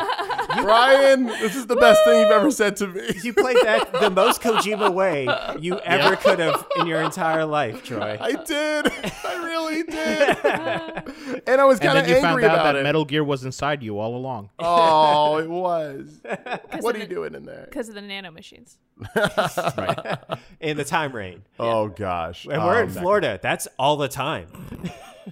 Speaker 2: Brian, this is the best thing you've ever said to me.
Speaker 3: You played that the most Kojima way you ever could have in your entire life, Troy.
Speaker 2: I did. I really did. and I was
Speaker 4: And
Speaker 2: kind of
Speaker 4: then you
Speaker 2: angry
Speaker 4: found out
Speaker 2: about
Speaker 4: that
Speaker 2: it.
Speaker 4: Metal Gear was inside you all along.
Speaker 2: oh, it was. What are you doing in there?
Speaker 5: because of the nano machines.
Speaker 3: In the time reign,
Speaker 2: Oh gosh.
Speaker 3: and we're in
Speaker 2: Um,
Speaker 3: Florida. That's all the time.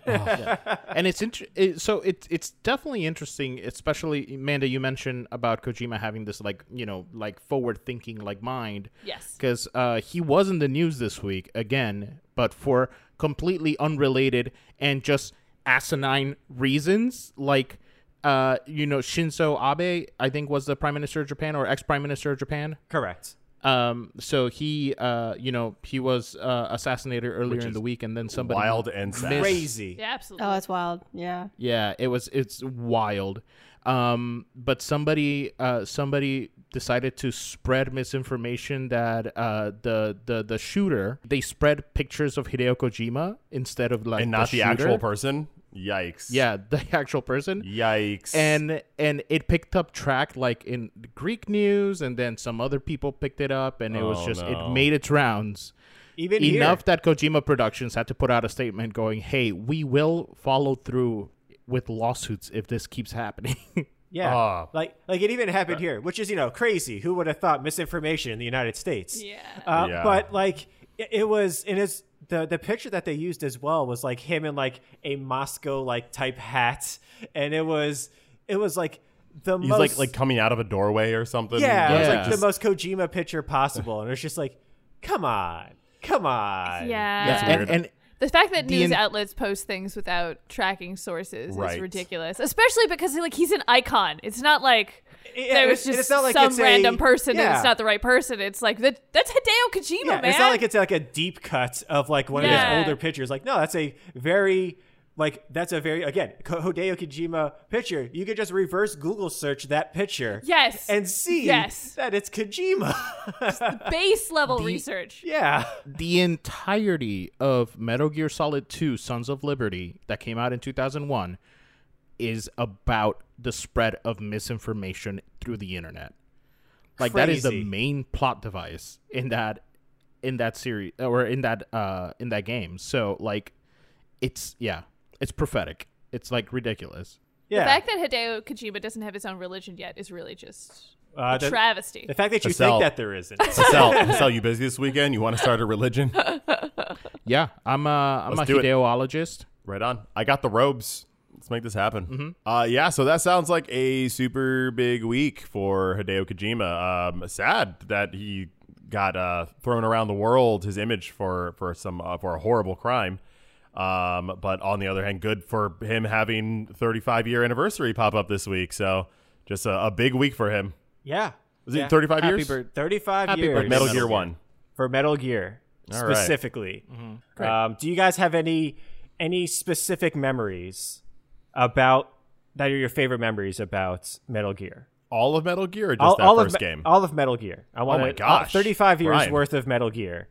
Speaker 4: and it's inter- it, so it's it's definitely interesting especially Amanda you mentioned about Kojima having this like you know like forward thinking like mind
Speaker 5: Yes.
Speaker 4: because uh, he was in the news this week again but for completely unrelated and just asinine reasons like uh, you know Shinzo Abe I think was the prime minister of Japan or ex prime minister of Japan
Speaker 3: Correct.
Speaker 4: um, so he uh, you know he was uh, assassinated earlier in the week and then somebody
Speaker 2: Uh, wild and sad.
Speaker 4: missed-
Speaker 3: Crazy.
Speaker 5: Yeah, absolutely.
Speaker 6: Oh, it's wild. Yeah.
Speaker 4: yeah, it was it's wild. Um, but somebody uh, somebody decided to spread misinformation that uh, the the the shooter they spread pictures of Hideo Kojima instead of like
Speaker 2: And not the
Speaker 4: shooter.
Speaker 2: actual person. Yikes.
Speaker 4: Yeah, the actual person.
Speaker 2: Yikes.
Speaker 4: and and it picked up track like in Greek news, and then some other people picked it up, and it was
Speaker 2: Oh,
Speaker 4: just
Speaker 2: no.
Speaker 4: it made its rounds
Speaker 3: Even
Speaker 4: enough
Speaker 3: here.
Speaker 4: that Kojima Productions had to put out a statement going, "Hey, we will follow through with lawsuits if this keeps happening."
Speaker 3: Yeah.
Speaker 2: Ah.
Speaker 3: like like it even
Speaker 2: Uh,
Speaker 3: happened here, which is, you know, crazy. Who would have thought misinformation in the United States?
Speaker 5: Yeah.
Speaker 3: Uh,
Speaker 2: Yeah.
Speaker 3: But like it, it was and it's the the picture that they used as well was like him in like a Moscow like type hat. And it was it was like the
Speaker 2: He's
Speaker 3: most
Speaker 2: like like coming out of a doorway or something.
Speaker 3: Yeah, it was
Speaker 4: Yeah.
Speaker 3: like the most Kojima picture possible. And it's just like, come on. Come on.
Speaker 5: yeah.
Speaker 2: That's
Speaker 4: and
Speaker 2: weird.
Speaker 4: and
Speaker 5: The fact that
Speaker 4: The
Speaker 5: news
Speaker 4: in-
Speaker 5: outlets post things without tracking sources
Speaker 2: Right.
Speaker 5: is ridiculous, especially because like he's an icon. It's not like
Speaker 3: Yeah,
Speaker 5: there
Speaker 3: it's-
Speaker 5: was just
Speaker 3: it's not like
Speaker 5: some
Speaker 3: it's a-
Speaker 5: random person and
Speaker 3: yeah.
Speaker 5: it's not the right person. It's like that, that's Hideo Kojima,
Speaker 3: Yeah,
Speaker 5: man.
Speaker 3: it's not like it's like a deep cut of like one of
Speaker 5: Yeah.
Speaker 3: his older pictures. Like, no, that's a very like that's a very again Ko- Hideo Kojima picture. You could just reverse Google search that picture,
Speaker 5: Yes.
Speaker 3: and see
Speaker 5: Yes.
Speaker 3: that it's Kojima.
Speaker 5: base level research.
Speaker 3: yeah,
Speaker 4: the entirety of Metal Gear Solid 2 Sons of Liberty that came out in 2001 is about the spread of misinformation through the internet. Like that is the
Speaker 3: Crazy.
Speaker 4: main plot device in that in that series or in that uh in that game. So like it's yeah, it's prophetic. It's like ridiculous.
Speaker 3: yeah.
Speaker 5: The fact that Hideo Kojima doesn't have his own religion yet is really just
Speaker 3: Uh, the,
Speaker 5: travesty.
Speaker 3: the fact that you
Speaker 2: Hassel.
Speaker 3: think that there isn't.
Speaker 2: Hassel, Hassel, you busy this weekend? You want to start a religion?
Speaker 4: Yeah, I'm a I'm
Speaker 2: Let's
Speaker 4: a
Speaker 2: do it.
Speaker 4: Hideologist.
Speaker 2: Right on. I got the robes. Let's make this happen. Uh, yeah, so that sounds like a super big week for Hideo Kojima. Um, sad that he got uh, thrown around the world his image for for some uh, for a horrible crime. Um, but on the other hand, good for him having 35 year anniversary pop up this week. So just a, a big week for him.
Speaker 3: yeah,
Speaker 2: Was it 35
Speaker 4: Happy
Speaker 2: years?
Speaker 4: birth-
Speaker 3: thirty-five
Speaker 4: Happy
Speaker 3: years
Speaker 4: birthday,
Speaker 2: Metal
Speaker 4: Metal
Speaker 2: Gear
Speaker 4: Gear.
Speaker 2: One.
Speaker 3: for Metal Gear
Speaker 2: All right. Mm-hmm.
Speaker 3: specifically.
Speaker 4: Great.
Speaker 3: Um, do you guys have any any specific memories about that are your favorite memories about Metal Gear?
Speaker 2: All of Metal Gear or just that first
Speaker 3: of, Me-
Speaker 2: game? Oh
Speaker 3: All of Metal Gear. I want
Speaker 2: my gosh,
Speaker 3: thirty-five years
Speaker 2: Brian.
Speaker 3: worth of Metal Gear.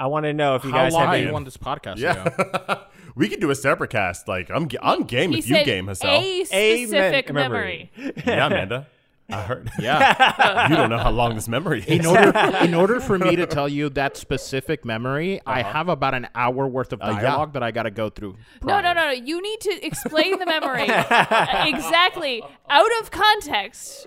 Speaker 3: I want to know if you
Speaker 4: How
Speaker 3: guys
Speaker 4: long
Speaker 3: have
Speaker 4: do you
Speaker 3: any.
Speaker 4: want this podcast to go?
Speaker 2: yeah. we could do a separate cast. Like I'm g- I'm game
Speaker 5: he
Speaker 2: if you
Speaker 5: said
Speaker 2: game Hassel.
Speaker 5: a specific
Speaker 3: men- memory.
Speaker 5: memory.
Speaker 2: Yeah, Amanda. I heard.
Speaker 4: Yeah.
Speaker 2: you don't know how long this memory is.
Speaker 4: In order, in order for me to tell you that specific memory, I have about an hour worth of
Speaker 2: yeah.
Speaker 4: dialogue that I got to go through.
Speaker 5: No,
Speaker 4: prior.
Speaker 5: no, no, no. You need to explain the memory exactly out of context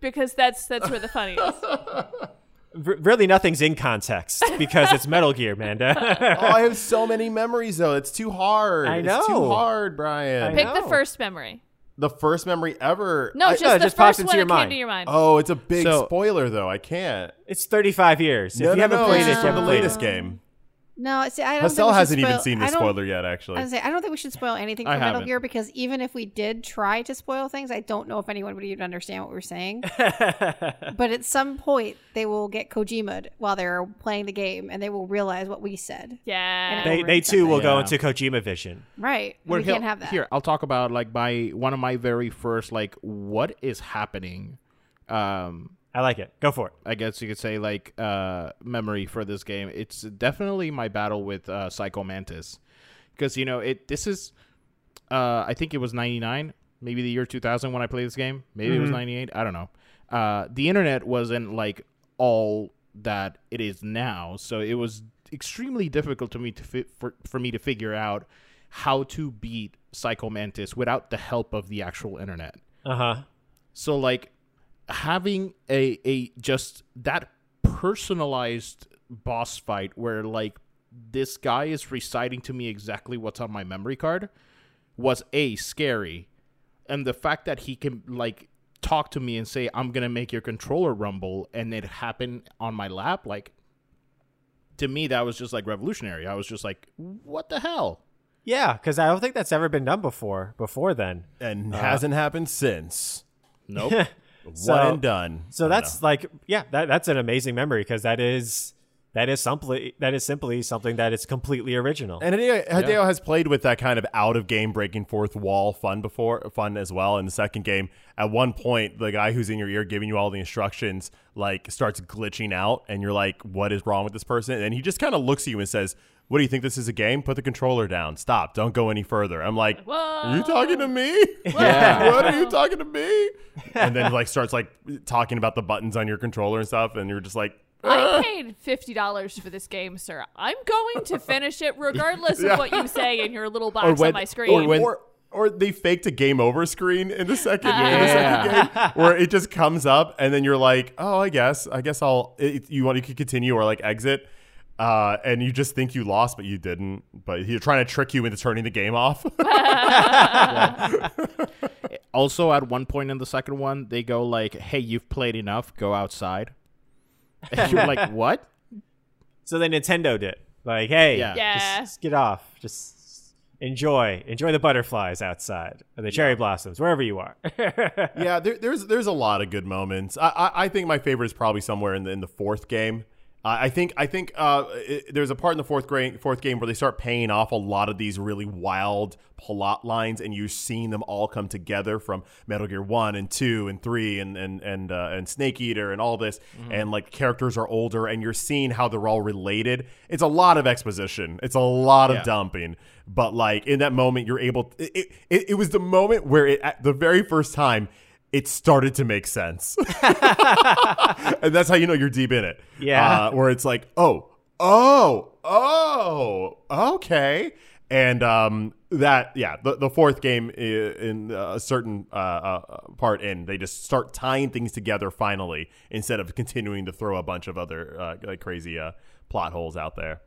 Speaker 5: because that's that's where the fun is.
Speaker 3: R- really, nothing's in context because it's Metal Gear, Manda.
Speaker 2: oh, I have so many memories though. It's too hard.
Speaker 3: I
Speaker 2: It's too
Speaker 3: know.
Speaker 2: hard, Brian.
Speaker 3: I
Speaker 5: Pick the
Speaker 3: know.
Speaker 5: first memory.
Speaker 2: The first memory ever.
Speaker 5: No,
Speaker 2: I-
Speaker 5: just
Speaker 3: no, it
Speaker 5: the
Speaker 3: just pops
Speaker 5: first
Speaker 3: into
Speaker 5: one
Speaker 3: your
Speaker 5: that came
Speaker 3: mind.
Speaker 5: to your mind.
Speaker 2: oh, it's a big
Speaker 4: So-
Speaker 2: spoiler though. I can't.
Speaker 3: it's thirty-five years.
Speaker 2: no,
Speaker 3: if you
Speaker 2: no,
Speaker 3: haven't
Speaker 2: no,
Speaker 3: played
Speaker 2: it's
Speaker 3: it,
Speaker 2: just
Speaker 3: you
Speaker 2: from the
Speaker 3: haven't played
Speaker 2: latest
Speaker 3: it.
Speaker 2: game.
Speaker 6: No, see, I don't. think
Speaker 2: Hassel
Speaker 6: we should
Speaker 2: hasn't even
Speaker 6: spoil-
Speaker 2: seen
Speaker 6: I
Speaker 2: this
Speaker 6: don't-
Speaker 2: spoiler yet,
Speaker 6: I
Speaker 2: actually.
Speaker 6: was gonna say, I don't think we should spoil anything
Speaker 4: I
Speaker 6: from Metal
Speaker 4: haven't.
Speaker 6: Gear because even if we did try to spoil things, I don't know if anyone would even understand what we're saying. but at some point, they will get Kojima while they're playing the game, and they will realize what we said.
Speaker 5: Yeah.
Speaker 3: They, they too will go
Speaker 4: Yeah.
Speaker 3: into Kojima vision.
Speaker 6: Right? And
Speaker 4: We're
Speaker 6: we
Speaker 4: here-
Speaker 6: can't have that.
Speaker 4: Here, I'll talk about like my one of my very first like what is happening. Um,
Speaker 3: I like it. Go for it.
Speaker 4: I guess you could say like uh memory for this game. It's definitely my battle with uh Psycho Mantis. Because you know, it this is uh I think it was 99, maybe the year 2000 when I played this game. Maybe it was 98, I don't know. Uh the internet wasn't like all that it is now, so it was extremely difficult to me to fi- for, for me to figure out how to beat Psycho Mantis without the help of the actual internet.
Speaker 3: Uh huh.
Speaker 4: So like having a a just that personalized boss fight where like this guy is reciting to me exactly what's on my memory card was a scary and the fact that he can like talk to me and say I'm going to make your controller rumble and it happened on my lap like to me that was just like revolutionary. I was just like what the hell?
Speaker 3: Yeah, because I don't think that's ever been done before. Before then,
Speaker 2: and hasn't happened since.
Speaker 4: Nope.
Speaker 3: So-
Speaker 2: One and done.
Speaker 3: So that's like, yeah, that, that's an amazing memory because that is that is simply that is simply something that is completely original.
Speaker 2: And Hideo, Hideo has played with that kind of out of game breaking fourth wall fun before, fun as well. In the second game, at one point, the guy who's in your ear giving you all the instructions like starts glitching out, and you're like, "What is wrong with this person?" And he just kind of looks at you and says, What do you think this is a game? Put the controller down. Stop. Don't go any further. I'm like,
Speaker 5: Whoa.
Speaker 2: Are you talking to me?
Speaker 4: Yeah.
Speaker 2: what are you talking to me? And then like starts like talking about the buttons on your controller and stuff, and you're just like,
Speaker 5: I paid fifty dollars for this game, sir. I'm going to finish it regardless of what you say in your little box on my screen.
Speaker 2: Or, when, or or they faked a game over screen in the second, in the second game where it just comes up and then you're like, oh, I guess, I guess I'll. It, you want you could continue or like exit. Uh, and you just think you lost, but you didn't. But he's trying to trick you into turning the game off.
Speaker 4: Also, at one point in the second one, they go like, "Hey, you've played enough. Go outside." And you're like, "What?"
Speaker 3: So then Nintendo did. Like, hey,
Speaker 4: Yeah.
Speaker 5: Yeah.
Speaker 3: Just, just get off. Just enjoy. Enjoy the butterflies outside or the cherry blossoms, wherever you are.
Speaker 2: yeah, there, there's there's a lot of good moments. I, I, I think my favorite is probably somewhere in the, in the fourth game. I I think I think uh, it, there's a part in the fourth grade, fourth game where they start paying off a lot of these really wild plot lines, and you're seeing them all come together from Metal Gear One and Two and Three and and and uh, and Snake Eater and all this, and like characters are older, and you're seeing how they're all related. It's a lot of exposition. It's a lot of
Speaker 4: Yeah.
Speaker 2: dumping, but like in that moment, you're able. It it, it, it was the moment where it at the very first time. It started to make sense and that's how you know you're deep in it.
Speaker 3: Yeah.
Speaker 2: uh, where it's like, oh, oh, oh, okay, and um, that yeah, the, the fourth game i- in uh, a certain uh, uh, part in they just start tying things together finally instead of continuing to throw a bunch of other uh, like crazy uh, plot holes out there.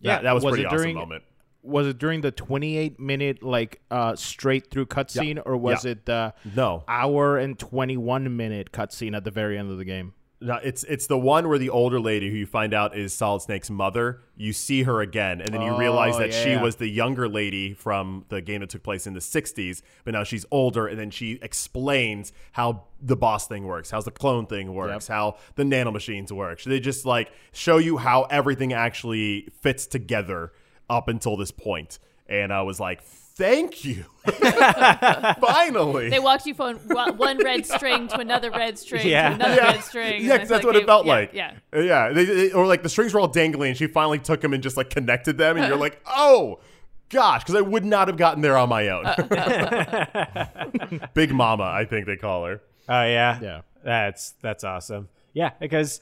Speaker 4: Yeah,
Speaker 2: that, that was,
Speaker 4: was
Speaker 2: a pretty
Speaker 4: it
Speaker 2: awesome
Speaker 4: during-
Speaker 2: moment.
Speaker 4: Was it during the 28 minute like uh, straight through cutscene, or was
Speaker 2: Yeah.
Speaker 4: it the
Speaker 2: No.
Speaker 4: hour and 21 minute cutscene at the very end of the game?
Speaker 2: No, it's it's the one where the older lady who you find out is Solid Snake's mother. You see her again, and then you
Speaker 4: Oh,
Speaker 2: realize that she
Speaker 4: yeah.
Speaker 2: was the younger lady from the game that took place in the '60s, but now she's older, and then she explains how the boss thing works, how the clone thing works, how the nanomachines work. So they just like show you how everything actually fits together up until this point. And I was like, "Thank you, finally."
Speaker 5: they walked you from wa- one red string to another red string
Speaker 3: Yeah.
Speaker 5: to another red string. and it's
Speaker 2: Yeah, because
Speaker 5: like
Speaker 2: that's what
Speaker 5: they-
Speaker 2: it felt
Speaker 5: yeah,
Speaker 2: like.
Speaker 5: Yeah.
Speaker 2: Uh, yeah. They, they- or like the strings were all dangling, and she finally took them and just like connected them, and you're like, oh gosh, because I would not have gotten there on my own.
Speaker 5: Uh,
Speaker 2: Big Mama, I think they call her.
Speaker 3: Oh yeah,
Speaker 4: Yeah.
Speaker 3: That's that's awesome. Yeah, because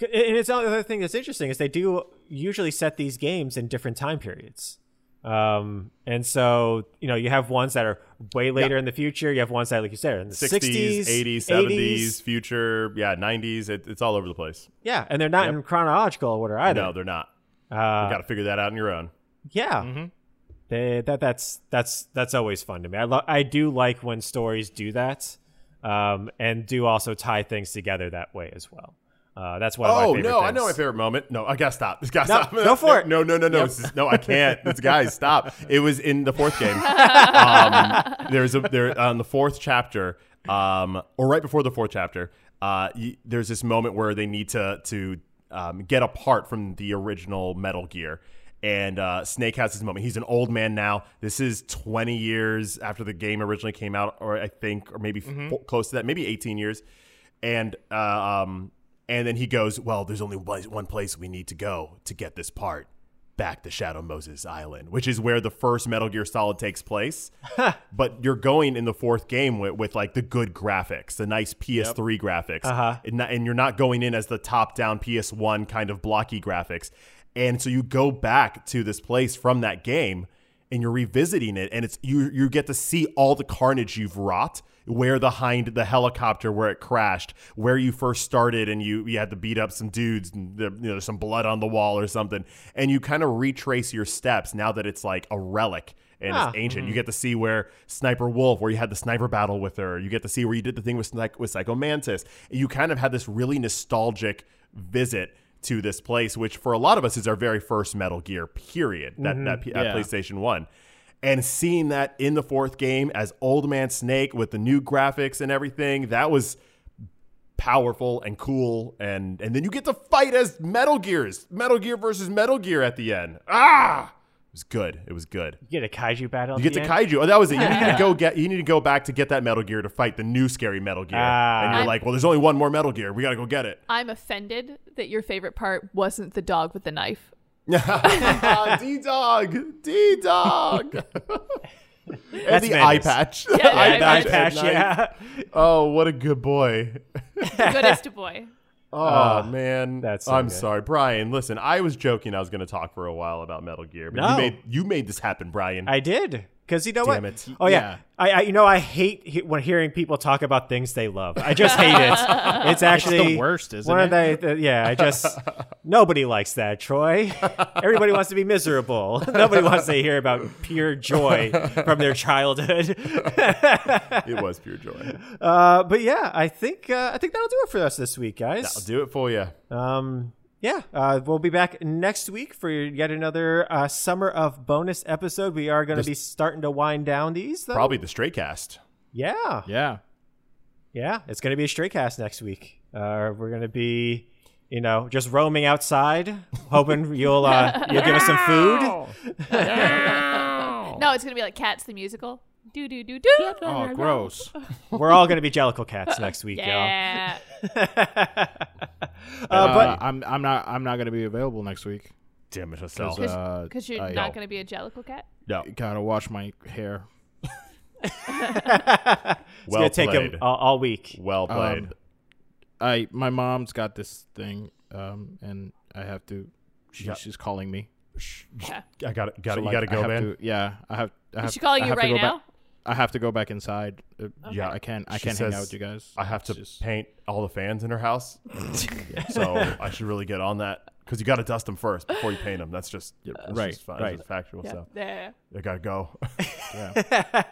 Speaker 3: and it's the other thing that's interesting is they do usually set these games in different time periods. Um, and so you know you have ones that are way later in the future. You have ones that, like you said, are in the
Speaker 2: 60s,
Speaker 3: 60s,
Speaker 2: 80s, 70s, future, yeah, 90s. It, it's all over the place.
Speaker 3: Yeah, and they're not in chronological order either.
Speaker 2: No, they're not.
Speaker 3: Uh,
Speaker 2: You got to figure that out on your own.
Speaker 3: Yeah.
Speaker 2: Mm-hmm.
Speaker 3: They, that that's that's that's always fun to me. I lo- I do like when stories do that, um, and do also tie things together that way as well. Uh, that's one of
Speaker 2: Oh
Speaker 3: my favorite
Speaker 2: no, I
Speaker 3: things.
Speaker 2: know my favorite moment. No, I gotta stop. This gotta
Speaker 3: No,
Speaker 2: stop.
Speaker 3: go for it.
Speaker 2: No, no, no, no. This is- no, I can't. This guys, stop. It was in the fourth game. um, there's a there on the fourth chapter, um, or right before the fourth chapter. Uh, y there's this moment where they need to to um, get apart from the original Metal Gear. And uh, Snake has his moment. He's an old man now. This is 20 years after the game originally came out, or I think, or maybe f-
Speaker 3: Mm-hmm.
Speaker 2: close to that, maybe 18 years and uh, um, and then he goes, "Well, there's only one one place we need to go to get this part back to Shadow Moses Island, which is where the first Metal Gear Solid takes place." but you're going in the fourth game with, with like the good graphics, the nice PS3 graphics, uh-huh. and, not- and you're not going in as the top down PS1 kind of blocky graphics. And so you go back to this place from that game and you're revisiting it and it's you you get to see all the carnage you've wrought where the hind the helicopter where it crashed where you first started and you you had to beat up some dudes and there, you know there's some blood on the wall or something and you kind of retrace your steps now that it's like a relic and
Speaker 3: Ah.
Speaker 2: it's ancient you get to see where sniper wolf where you had the sniper battle with her you get to see where you did the thing with Psych- with psycho mantis you kind of had this really nostalgic visit to this place which for a lot of us is our very first metal gear period that that, p- that
Speaker 4: Yeah.
Speaker 2: place PlayStation 1. And seeing that in the fourth game as Old Man Snake with the new graphics and everything, that was powerful and cool. And and then you get to fight as Metal Gears, Metal Gear versus Metal Gear at the end. Ah, it was good. It was good.
Speaker 3: You get a kaiju battle.
Speaker 2: You get to kaiju. Oh, that was it. You need to go get. You need to go back to get that Metal Gear to fight the new scary Metal Gear.
Speaker 3: Ah.
Speaker 2: and you're like, well, there's only one more Metal Gear. We gotta go get it.
Speaker 5: I'm offended that your favorite part wasn't the dog with the knife.
Speaker 2: D dog, D dog, and
Speaker 3: That's
Speaker 2: the eye
Speaker 3: madness.
Speaker 2: patch.
Speaker 5: Yeah, the eye
Speaker 3: The eye
Speaker 5: patch.
Speaker 3: patch,
Speaker 2: at night.
Speaker 3: yeah.
Speaker 2: Oh, what a good boy.
Speaker 5: Goodest boy.
Speaker 2: Oh man,
Speaker 3: Ah, that's so
Speaker 2: I'm
Speaker 3: good.
Speaker 2: sorry, Brian. Listen, I was joking. I was going to talk for a while about Metal Gear, but
Speaker 3: No.
Speaker 2: you made you made this happen, Brian.
Speaker 3: I did. Because you know
Speaker 2: Damn
Speaker 3: what?
Speaker 2: it.
Speaker 3: Oh yeah,
Speaker 4: Yeah.
Speaker 3: I, I you know I hate he- when hearing people talk about things they love. I just hate it. It's actually
Speaker 4: worst, isn't
Speaker 3: one Of the, the- yeah, I just nobody likes that. Troy, everybody wants to be miserable. nobody wants to hear about pure joy from their childhood.
Speaker 2: it was pure joy.
Speaker 3: Uh, but yeah, I think uh, I think that'll do it for us this week, guys.
Speaker 2: I'll do it for you.
Speaker 3: Um, yeah, uh, we'll be back next week for yet another uh, summer of bonus episode. We are going to be starting to wind down these, though.
Speaker 2: Probably the stray cast.
Speaker 3: Yeah,
Speaker 4: Yeah.
Speaker 3: yeah. It's going to be a straight cast next week. Uh, we're going to be, you know, just roaming outside, hoping you'll uh, you'll give us some food.
Speaker 5: No, it's gonna be like Cats the musical. Do do do do.
Speaker 4: Oh, gross.
Speaker 3: We're all going to be Jellicle cats next week,
Speaker 5: Yeah.
Speaker 3: y'all. uh,
Speaker 4: Uh,
Speaker 3: but
Speaker 4: I'm I'm not I'm not gonna be available next week.
Speaker 2: Damn it, Hassel.
Speaker 4: Cause, uh,
Speaker 5: Because you're
Speaker 4: I-
Speaker 5: not gonna be a Jellicle cat.
Speaker 2: No.
Speaker 4: gotta wash my hair.
Speaker 3: it's going
Speaker 2: Uh, Well
Speaker 3: to take 'em
Speaker 2: played.
Speaker 3: all, all week.
Speaker 2: Well played.
Speaker 4: I my mom's got this thing, um, and I have to. She,
Speaker 2: Yeah.
Speaker 4: She's calling me.
Speaker 2: I got it. Got
Speaker 4: So,
Speaker 2: it. You
Speaker 4: like,
Speaker 2: got to
Speaker 4: I
Speaker 2: go,
Speaker 4: have
Speaker 2: man.
Speaker 4: to- yeah, I have. I have
Speaker 5: Is she calling
Speaker 4: I
Speaker 5: you
Speaker 4: have to
Speaker 5: right
Speaker 4: go back-
Speaker 5: now?
Speaker 4: I have to go back inside. Uh,
Speaker 2: Yeah.
Speaker 4: I can't. I
Speaker 2: She
Speaker 4: can't hang out
Speaker 2: says,
Speaker 4: with you guys.
Speaker 2: I have
Speaker 4: It's
Speaker 2: to
Speaker 4: just-
Speaker 2: paint all the fans in her house, so I should really get on that because you got to dust them first before you paint them. That's just that's
Speaker 4: right,
Speaker 2: just, fa-
Speaker 4: right.
Speaker 2: just factual stuff.
Speaker 5: Yeah.
Speaker 2: I gotta go.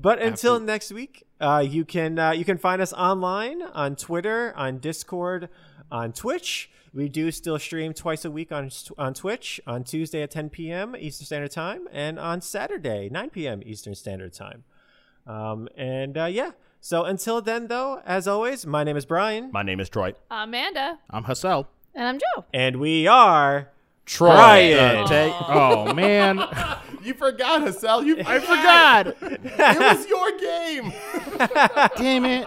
Speaker 3: But until next week, uh, you can uh, you can find us online on Twitter, on Discord, on Twitch. We do still stream twice a week on on Twitch on Tuesday at 10 p.m. Eastern Standard Time and on Saturday 9 p.m. Eastern Standard Time. Um, and uh, yeah, so until then, though, as always, my name is Brian,
Speaker 2: My name is Troy.
Speaker 5: Amanda.
Speaker 4: I'm Hassel.
Speaker 6: And I'm Joe.
Speaker 3: and we are
Speaker 2: Troy.
Speaker 3: Brian.
Speaker 4: Oh man,
Speaker 2: You forgot, Hassel. You I forgot. it was your game.
Speaker 4: damn it.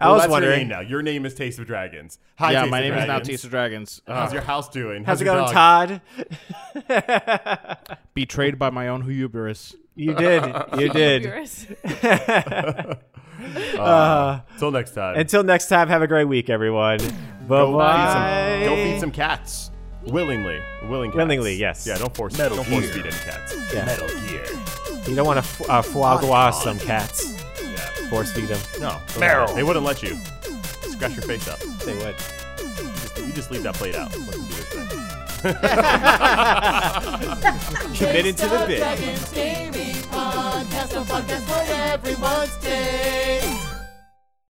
Speaker 3: I
Speaker 2: Well,
Speaker 3: was
Speaker 2: that's Your
Speaker 3: wondering.
Speaker 2: name now your name is Taste of Dragons. Hi,
Speaker 4: yeah,
Speaker 2: Taste
Speaker 4: my
Speaker 2: of
Speaker 4: name is now
Speaker 2: Dragons.
Speaker 4: Taste of Dragons. Uh,
Speaker 2: How's your house doing?
Speaker 3: How's it
Speaker 2: your
Speaker 3: going,
Speaker 2: dog?
Speaker 3: Todd?
Speaker 4: betrayed by my own hubris.
Speaker 3: You did. You did.
Speaker 5: Yours.
Speaker 2: Till next time.
Speaker 3: Until next time, have a great week, everyone. Bye
Speaker 2: go feed
Speaker 3: bye.
Speaker 2: some. Go feed some cats. Willingly, willing. Cats.
Speaker 3: Willingly, yes.
Speaker 2: Yeah, don't force.
Speaker 4: Metal
Speaker 2: don't force feed any cats.
Speaker 3: Yeah.
Speaker 2: Metal Gear.
Speaker 3: You don't want to f- uh, foie gras some cats. Force feed them.
Speaker 2: No, Meryl. They wouldn't let you. Scratch your face up.
Speaker 3: They would.
Speaker 2: You just leave that plate out. Let them do their thing.
Speaker 3: Committed to
Speaker 1: Taste
Speaker 3: the
Speaker 1: of
Speaker 3: bit.
Speaker 1: Dragons Gaming Podcast, a podcast for everyone's taste.